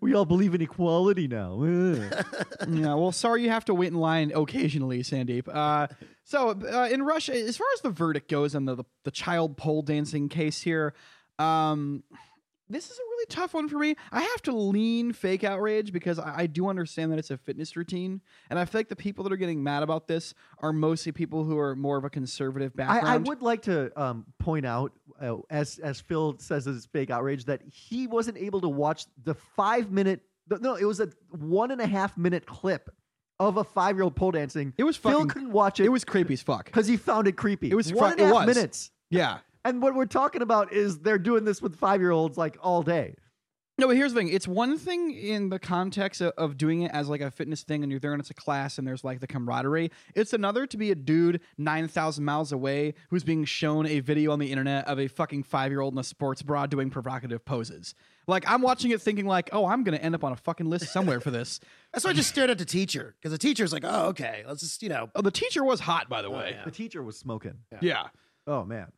[SPEAKER 1] we all believe in equality now. Ugh.
[SPEAKER 2] yeah, well, sorry you have to wait in line occasionally, Sandeep. Uh, so uh, in Russia, as far as the verdict goes on the the, the child pole dancing case here, um, this is a really tough one for me. I have to lean fake outrage because I, I do understand that it's a fitness routine, and I feel like the people that are getting mad about this are mostly people who are more of a conservative
[SPEAKER 1] I,
[SPEAKER 2] background.
[SPEAKER 1] I would like to um, point out, uh, as as Phil says, as fake outrage, that he wasn't able to watch the five minute. the- No, it was a one and a half minute clip of a five year old pole dancing.
[SPEAKER 2] It was
[SPEAKER 1] Phil
[SPEAKER 2] fucking-
[SPEAKER 1] couldn't watch it.
[SPEAKER 2] It was creepy as fuck.
[SPEAKER 1] because he found it creepy.
[SPEAKER 2] It was fu-
[SPEAKER 1] one and
[SPEAKER 2] it
[SPEAKER 1] a half
[SPEAKER 2] was.
[SPEAKER 1] minutes.
[SPEAKER 2] Yeah.
[SPEAKER 1] And what we're talking about is they're doing this with five year olds like all day.
[SPEAKER 2] No, but here's the thing. It's one thing in the context of, of doing it as like a fitness thing, and you're there and it's a class, and there's like the camaraderie. It's another to be a dude nine thousand miles away who's being shown a video on the internet of a fucking five year old in a sports bra doing provocative poses. Like I'm watching it, thinking like, oh, I'm gonna end up on a fucking list somewhere for this. [laughs]
[SPEAKER 3] that's why i just stared at the teacher because the teacher's like oh okay let's just you know
[SPEAKER 2] Oh, the teacher was hot, by the way.
[SPEAKER 3] yeah.
[SPEAKER 1] The teacher was smoking.
[SPEAKER 2] yeah.
[SPEAKER 1] Oh man,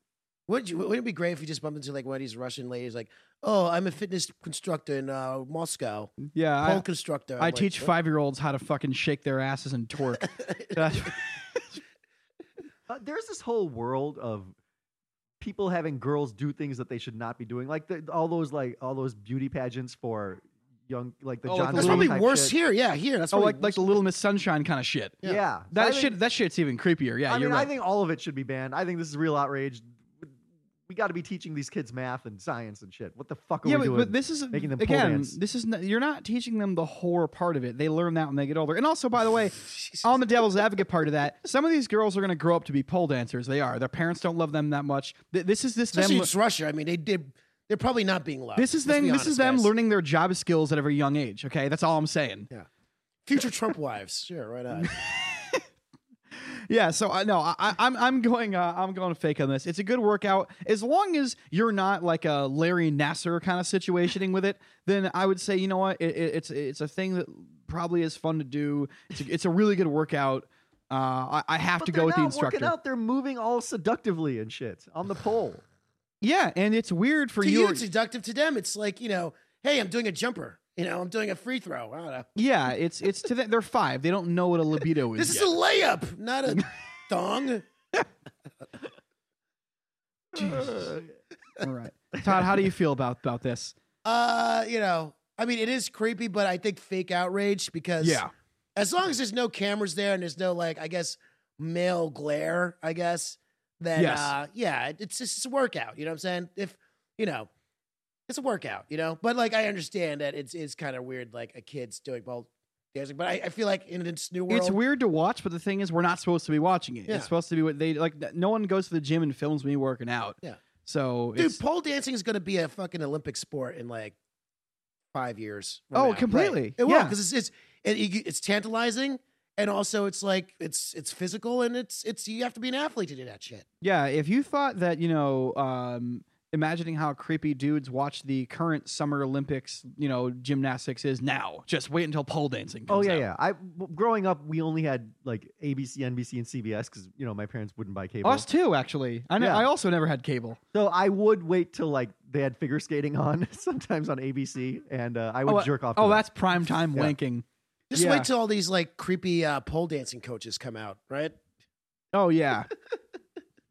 [SPEAKER 3] wouldn't, you, wouldn't it be great if you just bump into like one of these russian ladies like oh i'm a fitness constructor in uh, moscow
[SPEAKER 2] yeah,
[SPEAKER 3] pole
[SPEAKER 2] I-
[SPEAKER 3] constructor
[SPEAKER 2] I
[SPEAKER 3] I'm like,
[SPEAKER 2] teach
[SPEAKER 3] "What?"
[SPEAKER 2] five year olds how to fucking shake their asses and [laughs] torque. That's-
[SPEAKER 1] uh, there's this whole world of people having girls do things that they should not be doing, like the, all those like all those beauty pageants for yo- young, like the
[SPEAKER 2] Oh, like
[SPEAKER 1] John.
[SPEAKER 2] the
[SPEAKER 3] [laughs] That's
[SPEAKER 2] little
[SPEAKER 1] Wayne
[SPEAKER 3] probably
[SPEAKER 1] type
[SPEAKER 3] worse
[SPEAKER 1] shit.
[SPEAKER 3] here. Yeah, here. That's
[SPEAKER 2] Oh,
[SPEAKER 3] probably
[SPEAKER 2] like like the
[SPEAKER 3] worse.
[SPEAKER 2] Little Miss Sunshine kind of shit.
[SPEAKER 1] Yeah,
[SPEAKER 3] Yeah.
[SPEAKER 1] So I
[SPEAKER 2] That
[SPEAKER 1] think-
[SPEAKER 2] shit that shit's even creepier. Yeah,
[SPEAKER 1] I
[SPEAKER 2] you're
[SPEAKER 1] mean, I
[SPEAKER 2] right.
[SPEAKER 1] think all of it should be banned. I think this is real outrage. We got to be teaching these kids math and science and shit. What the fuck are
[SPEAKER 2] yeah,
[SPEAKER 1] we
[SPEAKER 2] but,
[SPEAKER 1] doing?
[SPEAKER 2] but this is
[SPEAKER 1] Making them pole
[SPEAKER 2] again.
[SPEAKER 1] dance.
[SPEAKER 2] This is not, you're not teaching them the horror part of it. They learn that when they get older. And also, by the
[SPEAKER 3] [laughs]
[SPEAKER 2] way, on the devil's advocate part of that, some of these girls are going to grow up to be pole dancers. They are. Their parents don't love them that much. Th- This is this
[SPEAKER 3] Especially
[SPEAKER 2] them.
[SPEAKER 3] it's Russia. I mean, they did. They're probably not being loved.
[SPEAKER 2] This is
[SPEAKER 3] Let's
[SPEAKER 2] them.
[SPEAKER 3] be
[SPEAKER 2] This is
[SPEAKER 3] honest,
[SPEAKER 2] them
[SPEAKER 3] guys.
[SPEAKER 2] learning their job skills at a very young age. Okay, that's all I'm saying.
[SPEAKER 3] Future Trump wives. Sure, right on.
[SPEAKER 2] Yeah. So I know I, I- I'm I'm going uh, I'm going fake on this. It's a good workout as long as you're not like a Larry Nasser kind of situationing with it. Then I would say you know what it, it, it's it's a thing that probably is fun to do. It's a, it's a really good workout. Uh, I, I have
[SPEAKER 1] But
[SPEAKER 2] to
[SPEAKER 1] they're
[SPEAKER 2] go with the
[SPEAKER 1] not Working
[SPEAKER 2] instructor.
[SPEAKER 1] out, they're moving all seductively and shit on the
[SPEAKER 2] [sighs]
[SPEAKER 1] pole.
[SPEAKER 2] Yeah, and it's weird [laughs] for
[SPEAKER 3] to
[SPEAKER 2] you.
[SPEAKER 3] you, it's seductive. To them, it's like you know, hey, I'm doing a jumper. You know, I'm doing a free throw. I don't know.
[SPEAKER 2] [laughs] Yeah, it's it's to them. They're five. They don't know what a libido is.
[SPEAKER 3] [laughs] This is a layup,
[SPEAKER 2] [laughs]
[SPEAKER 3] not a thong.
[SPEAKER 1] Uh,
[SPEAKER 2] yet. all right. Todd, how do you feel about about this?
[SPEAKER 3] Uh, you know, I mean, it is creepy, but I think fake outrage because as long as there's no cameras there and there's no like, I guess male glare, I guess then
[SPEAKER 2] Yes.
[SPEAKER 3] uh, yeah, it- it's just a workout. You know what I'm saying? If you know, it's a workout. You know, but like I understand that it's it's kind of weird, like a kid's doing both dancing, but I, I feel like in this new world,
[SPEAKER 2] It's weird to watch, but the thing is, we're not supposed to be watching it.
[SPEAKER 3] Yeah.
[SPEAKER 2] It's supposed to be what they like. th- No one goes to the gym and films me working out.
[SPEAKER 3] Yeah.
[SPEAKER 2] So, it's,
[SPEAKER 3] dude, pole dancing is going to be a fucking Olympic sport in like five years. from
[SPEAKER 2] Oh,
[SPEAKER 3] now. Right.
[SPEAKER 2] completely.
[SPEAKER 3] It
[SPEAKER 2] Yeah.
[SPEAKER 3] because it's it's it, you- it's tantalizing, and also it's like it's it's physical, and it's it's you have to be an athlete to do that shit.
[SPEAKER 2] yeah, if you thought that, you know, um, imagining how creepy dudes watch the current Summer Olympics, you know, gymnastics is now, just wait until pole dancing.
[SPEAKER 1] oh
[SPEAKER 2] Comes
[SPEAKER 1] yeah,
[SPEAKER 2] out.
[SPEAKER 1] yeah. I w- growing up, we only had like ABC, NBC, and CBS because you know my parents wouldn't buy cable.
[SPEAKER 2] Us too, actually. I know.
[SPEAKER 1] Yeah.
[SPEAKER 2] I also never had cable.
[SPEAKER 1] So I would wait till like they had figure skating on [laughs] sometimes on ABC, and uh, I would
[SPEAKER 2] oh,
[SPEAKER 1] jerk off. to
[SPEAKER 2] Oh,
[SPEAKER 1] that.
[SPEAKER 2] that's prime time
[SPEAKER 1] Yeah.
[SPEAKER 2] wanking.
[SPEAKER 3] Just
[SPEAKER 2] Yeah.
[SPEAKER 3] wait till all these like creepy uh, pole dancing coaches come out, right?
[SPEAKER 2] Oh yeah.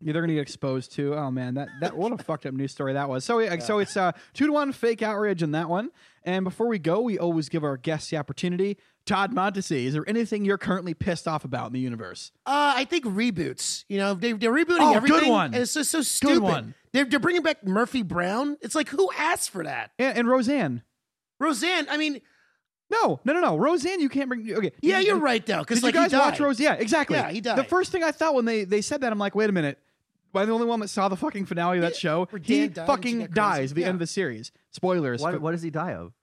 [SPEAKER 2] Yeah, they're gonna get exposed too. Oh man, that that
[SPEAKER 3] [laughs]
[SPEAKER 2] what a fucked up news story that was. So yeah, so it's uh, two to one fake outrage in that one. And before we go, we always give our guests the opportunity. Todd Montesi, is there anything you're currently pissed off about in the universe?
[SPEAKER 3] Uh, I think reboots. You know, they, they're rebooting
[SPEAKER 2] Oh, good
[SPEAKER 3] everything.
[SPEAKER 2] one.
[SPEAKER 3] And it's just so stupid.
[SPEAKER 2] one.
[SPEAKER 3] They're, they're bringing back Murphy Brown. It's like, who asked for that?
[SPEAKER 2] And, and Roseanne?
[SPEAKER 3] Roseanne, I mean,
[SPEAKER 2] No, no, no, no. Roseanne, you can't bring. Okay,
[SPEAKER 3] yeah,
[SPEAKER 2] Did-
[SPEAKER 3] you're right, though. Because
[SPEAKER 2] Did
[SPEAKER 3] like,
[SPEAKER 2] you guys
[SPEAKER 3] he
[SPEAKER 2] watch
[SPEAKER 3] died.
[SPEAKER 2] Rose? Yeah, exactly.
[SPEAKER 3] Yeah, he died.
[SPEAKER 2] The first thing I thought when they they said that, I'm like, wait a minute. Am I the only one that saw the fucking finale of that
[SPEAKER 3] Yeah,
[SPEAKER 2] show?
[SPEAKER 3] where
[SPEAKER 2] He
[SPEAKER 3] Dan died and she
[SPEAKER 2] fucking
[SPEAKER 3] got crazy.
[SPEAKER 2] dies at the
[SPEAKER 3] Yeah.
[SPEAKER 2] end of the series. Spoilers.
[SPEAKER 1] Why-
[SPEAKER 2] for-
[SPEAKER 1] what does he die of?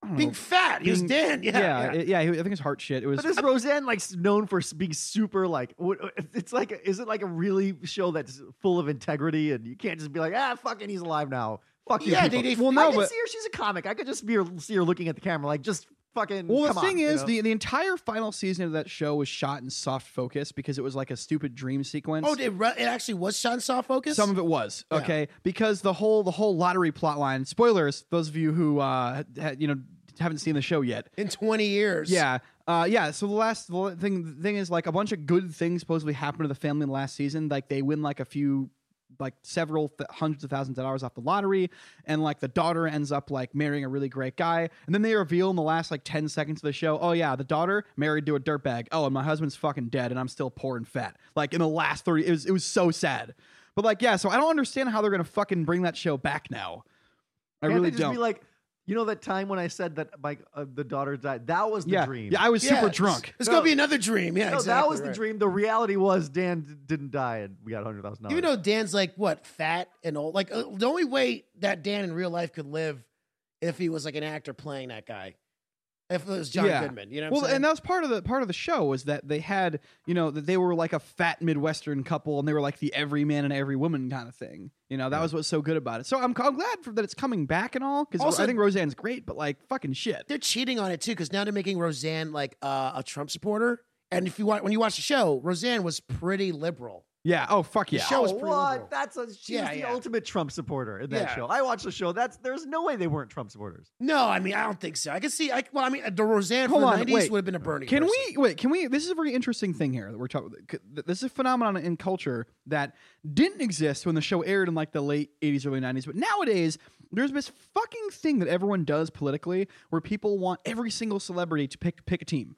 [SPEAKER 2] I don't know.
[SPEAKER 3] Being fat. He was
[SPEAKER 2] Being-
[SPEAKER 3] dead. [laughs] Yeah.
[SPEAKER 2] yeah,
[SPEAKER 3] yeah.
[SPEAKER 2] it- yeah. he- I think it's heart shit. It was
[SPEAKER 1] But this Roseanne like s- known for s- being super like what, uh, it's like is it like a really show that's full of integrity and you can't just be like ah fucking he's alive now fuck you
[SPEAKER 3] Yeah,
[SPEAKER 1] people."
[SPEAKER 3] they- they-
[SPEAKER 2] Well,
[SPEAKER 1] I
[SPEAKER 2] no,
[SPEAKER 1] can
[SPEAKER 2] but-
[SPEAKER 1] see her she's a comic I could just be her, see her looking at the camera like just fucking
[SPEAKER 2] well. The
[SPEAKER 1] come
[SPEAKER 2] thing
[SPEAKER 1] on, you
[SPEAKER 2] is,
[SPEAKER 1] know?
[SPEAKER 2] the the entire final season of that show was shot in soft focus because it was like a stupid dream sequence.
[SPEAKER 3] Oh, it, re- it actually was Sean Saw Focus?
[SPEAKER 2] Some of it was
[SPEAKER 3] Yeah.
[SPEAKER 2] okay because the whole the whole lottery plot line. Spoilers. Those of you who uh ha, you know haven't seen the show yet.
[SPEAKER 3] in 20 years.
[SPEAKER 2] Yeah. Uh, yeah. So the last the thing the thing is like a bunch of good things supposedly happened to the family in the last season. Like they win like a few like several th- hundreds of thousands of dollars off the lottery and like the daughter ends up like marrying a really great guy and then they reveal in the last like 10 seconds of the show oh yeah the daughter married to a dirtbag oh and my husband's fucking dead and i'm still poor and fat like in the last 30 it was it was so sad but like yeah so i don't understand how they're gonna fucking bring that show back now i
[SPEAKER 1] Can't
[SPEAKER 2] really
[SPEAKER 1] they just
[SPEAKER 2] don't
[SPEAKER 1] be like you know that time when I said that my uh, the daughter died that was the
[SPEAKER 2] yeah
[SPEAKER 1] dream
[SPEAKER 2] yeah i was
[SPEAKER 3] Yeah,
[SPEAKER 2] super
[SPEAKER 3] it's-
[SPEAKER 2] drunk
[SPEAKER 3] It's
[SPEAKER 1] No.
[SPEAKER 3] going to be another dream. Yeah,
[SPEAKER 1] no
[SPEAKER 3] exactly
[SPEAKER 1] that was the
[SPEAKER 3] right.
[SPEAKER 1] dream the reality was Dan d- didn't die and we got hundred thousand dollars
[SPEAKER 3] Even though Dan's like what fat and old, like uh, the only way that Dan in real life could live if he was like an actor playing that guy, if it was John
[SPEAKER 2] Yeah.
[SPEAKER 3] Goodman, you know. What
[SPEAKER 2] Well,
[SPEAKER 3] I'm saying?
[SPEAKER 2] and that was part of the part of the show was that they had, you know, that they were like a fat Midwestern couple, and they were like the every man and every woman kind of thing. You know, that
[SPEAKER 1] Yeah.
[SPEAKER 2] was what's so good about it. So I'm, I'm glad for, that it's coming back and all because
[SPEAKER 3] Also-
[SPEAKER 2] I think Roseanne's great, but like fucking shit.
[SPEAKER 3] they're cheating on it too because now they're making Roseanne like uh, a Trump supporter. And if you watch when you watch the show, Roseanne was pretty liberal.
[SPEAKER 2] Yeah. Oh fuck yeah.
[SPEAKER 3] show- that was
[SPEAKER 1] Oh,
[SPEAKER 3] pretty
[SPEAKER 1] what?
[SPEAKER 3] liberal.
[SPEAKER 1] That's a she
[SPEAKER 3] Yeah,
[SPEAKER 1] was the
[SPEAKER 3] yeah.
[SPEAKER 1] ultimate Trump supporter in that
[SPEAKER 3] Yeah.
[SPEAKER 1] show. I watched the show. That's there's no way they weren't Trump supporters.
[SPEAKER 3] No, I mean I don't think so. I can see. I, well, I mean uh, the Roseanne
[SPEAKER 2] Hold
[SPEAKER 3] from the
[SPEAKER 2] on,
[SPEAKER 3] nineties
[SPEAKER 2] wait.
[SPEAKER 3] would have been a Bernie.
[SPEAKER 2] Can
[SPEAKER 3] person.
[SPEAKER 2] we wait? Can we? This is a very interesting thing here that we're talking. c- th- This is a phenomenon in culture that didn't exist when the show aired in like the late '80s, early '90s, but nowadays There's this fucking thing that everyone does politically where people want every single celebrity to pick pick a team.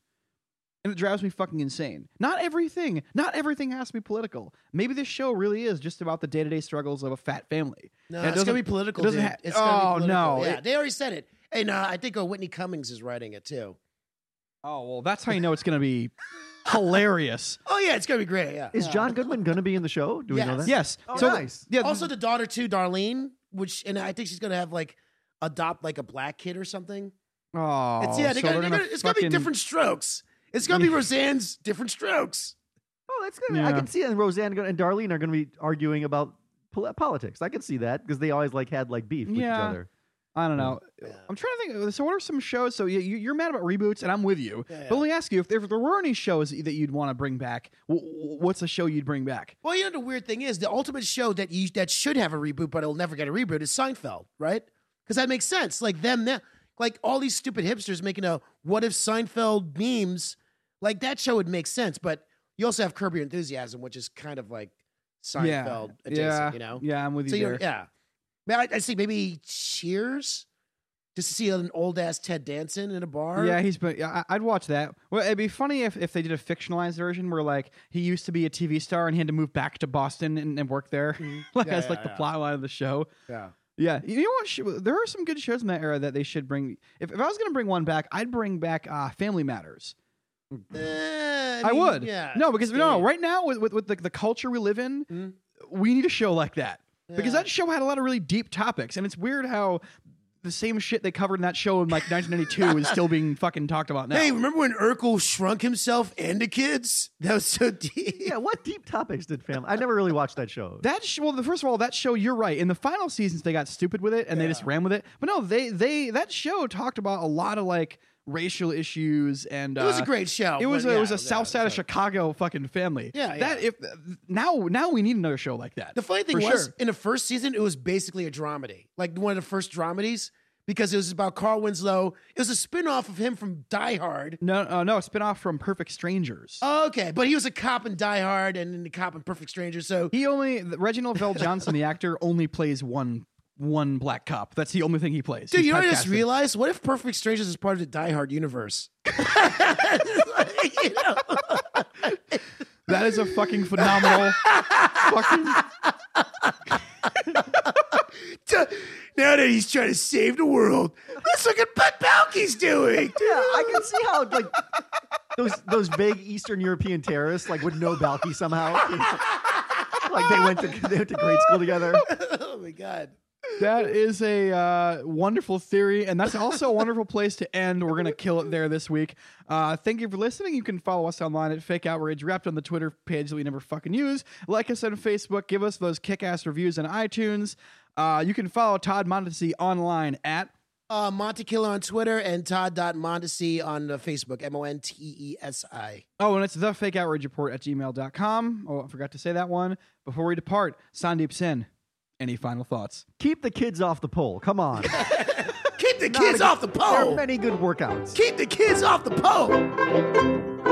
[SPEAKER 2] And it drives me fucking insane. Not everything, not everything has to be political. Maybe this show really is just about the day-to-day struggles of a fat family.
[SPEAKER 3] No,
[SPEAKER 2] And it
[SPEAKER 3] it's gonna
[SPEAKER 2] doesn't-
[SPEAKER 3] be political.
[SPEAKER 2] it doesn't
[SPEAKER 3] dude.
[SPEAKER 2] ha-
[SPEAKER 3] it's gonna
[SPEAKER 2] Oh,
[SPEAKER 3] be
[SPEAKER 2] no,
[SPEAKER 3] political. Yeah,
[SPEAKER 2] it-
[SPEAKER 3] they already said it. Hey, no, I think uh, Whitney Cummings is writing it too.
[SPEAKER 2] Oh, well, that's
[SPEAKER 3] [laughs]
[SPEAKER 2] how you know it's going to be
[SPEAKER 1] [laughs]
[SPEAKER 2] hilarious.
[SPEAKER 3] Oh yeah, it's gonna be great. Yeah.
[SPEAKER 1] Is John Goodman going to be in the show? Do we know
[SPEAKER 3] Yes.
[SPEAKER 1] that?
[SPEAKER 2] Yes.
[SPEAKER 1] Oh,
[SPEAKER 2] so
[SPEAKER 1] nice.
[SPEAKER 2] yeah,
[SPEAKER 3] also the daughter too, Darlene, which and I think she's gonna have like adopt like a black kid or something.
[SPEAKER 2] Oh,
[SPEAKER 3] It's yeah, they
[SPEAKER 2] so
[SPEAKER 3] got,
[SPEAKER 2] we're
[SPEAKER 3] they
[SPEAKER 2] gonna
[SPEAKER 3] got- it's gonna be
[SPEAKER 2] fucking-
[SPEAKER 3] different strokes. It's
[SPEAKER 2] [laughs]
[SPEAKER 3] gonna be Roseanne's different strokes.
[SPEAKER 1] Oh, that's good. I
[SPEAKER 2] Yeah.
[SPEAKER 1] can see it. And Roseanne and Darlene are going to be arguing about pol- politics. I can see that because they always like had like beef with each
[SPEAKER 2] Yeah.
[SPEAKER 1] other.
[SPEAKER 2] I don't know.
[SPEAKER 3] Yeah.
[SPEAKER 2] I'm trying to think. uh, So, what are some shows? So, you, you- you're mad about reboots, and I'm with you.
[SPEAKER 3] Yeah,
[SPEAKER 2] But
[SPEAKER 3] yeah.
[SPEAKER 2] let me ask you: if there, if there were any shows that you'd want to bring back, w- w- what's a show you'd bring back?
[SPEAKER 3] Well, you know the weird thing is the ultimate show that you that should have a reboot but it'll never get a reboot is Seinfeld, right? Because that makes sense. Like them now, like all these stupid hipsters making a what if Seinfeld memes. Like that show would make sense, but you also have Curb Your Enthusiasm, which is kind of like Seinfeld
[SPEAKER 2] yeah,
[SPEAKER 3] adjacent,
[SPEAKER 2] yeah,
[SPEAKER 3] you know?
[SPEAKER 2] yeah, I'm with you
[SPEAKER 3] Oh, So
[SPEAKER 2] there.
[SPEAKER 3] you're, yeah, Man, I, I see. Maybe Cheers, just to see an old ass Ted Danson in a bar.
[SPEAKER 2] Yeah, he's been. Yeah, I- I'd watch that. Well, it'd be funny if, if they did a fictionalized version where like he used to be a TV star and he had to move back to Boston and, and work there. [laughs] like
[SPEAKER 3] Mm-hmm. Yeah,
[SPEAKER 2] that's
[SPEAKER 3] yeah,
[SPEAKER 2] like the
[SPEAKER 3] yeah.
[SPEAKER 2] plot line of the show.
[SPEAKER 3] yeah.
[SPEAKER 2] Yeah, you know what? sh- There are some good shows in that era that they should bring. If, if I was gonna bring one back, I'd bring back uh, Family Matters.
[SPEAKER 3] Eh, I,
[SPEAKER 2] I
[SPEAKER 3] mean,
[SPEAKER 2] would.
[SPEAKER 3] Yeah.
[SPEAKER 2] No, because
[SPEAKER 3] Yeah.
[SPEAKER 2] no, right now with with, with the, the culture we live in,
[SPEAKER 3] Mhm.
[SPEAKER 2] we need a show like that because
[SPEAKER 3] Yeah.
[SPEAKER 2] that show had a lot of really deep topics, and it's weird how the same shit they covered in that show in like 1992 is still
[SPEAKER 3] [laughs]
[SPEAKER 2] being fucking talked about now.
[SPEAKER 3] Hey, remember when Urkel shrunk himself and the kids? That was so deep.
[SPEAKER 1] Yeah, what deep topics did fam? I never really watched that show.
[SPEAKER 2] That sh- well, the, first of all, that show you're right. In the final seasons, they got stupid with it and they just ran with it. But no, they they that show talked about a lot of like racial issues and
[SPEAKER 3] It was a
[SPEAKER 2] uh,
[SPEAKER 3] great show.
[SPEAKER 2] It was
[SPEAKER 3] but
[SPEAKER 2] a,
[SPEAKER 3] yeah,
[SPEAKER 2] it was a
[SPEAKER 3] yeah,
[SPEAKER 2] South Side of
[SPEAKER 3] so-
[SPEAKER 2] Chicago fucking family.
[SPEAKER 3] Yeah,
[SPEAKER 2] That
[SPEAKER 3] yeah.
[SPEAKER 2] if now now we need another show like that.
[SPEAKER 3] The funny thing
[SPEAKER 2] For
[SPEAKER 3] was,
[SPEAKER 2] sure.
[SPEAKER 3] in the first season, it was basically a dramedy, like one of the first dramedies, because it was about Carl Winslow. It was a spin off of him from Die Hard.
[SPEAKER 2] No, uh, no, a spinoff from Perfect Strangers.
[SPEAKER 3] Oh. Okay, but he was a cop in Die Hard and in the cop in Perfect Stranger. So
[SPEAKER 2] he only Reginald
[SPEAKER 3] [laughs]
[SPEAKER 2] Vell Johnson, the actor, only plays one one black cop. That's the only thing he plays.
[SPEAKER 3] Dude,
[SPEAKER 2] He's
[SPEAKER 3] you know what I just
[SPEAKER 2] typecasted.
[SPEAKER 3] realized? What if Perfect Strangers is part of the Die Hard universe? [laughs] You know? [laughs]
[SPEAKER 2] That is a fucking
[SPEAKER 3] [laughs]
[SPEAKER 2] phenomenal. fucking
[SPEAKER 3] Now that he's trying to save the world, let's look at Pat Balky's doing.
[SPEAKER 1] yeah, I can see how like those those vague Eastern European terrorists like would know Balky somehow. like they went to they went to grade school together.
[SPEAKER 3] [laughs] oh my god.
[SPEAKER 2] that is a uh, wonderful theory, and that's also a wonderful place to end. We're gonna kill it there this week. Uh, thank you for listening. You can follow us online at Fake Outrage Wrapped on the Twitter page that we never fucking use. Like us on Facebook. Give us those kick-ass reviews on iTunes. Uh, you can follow Todd Montesi online at
[SPEAKER 3] Uh, Monte Killer on Twitter and Todd.Mondesi on uh, Facebook. M O N T E S I.
[SPEAKER 2] Oh, and it's the fake outrage report at gmail.com. Oh, I forgot to say that one. Before we depart, Sandeep Sen, any final thoughts?
[SPEAKER 1] Keep the kids off the pole. Come on.
[SPEAKER 3] Keep the kids off the
[SPEAKER 1] There are
[SPEAKER 3] pole.
[SPEAKER 1] many good workouts.
[SPEAKER 3] Keep the kids off the pole.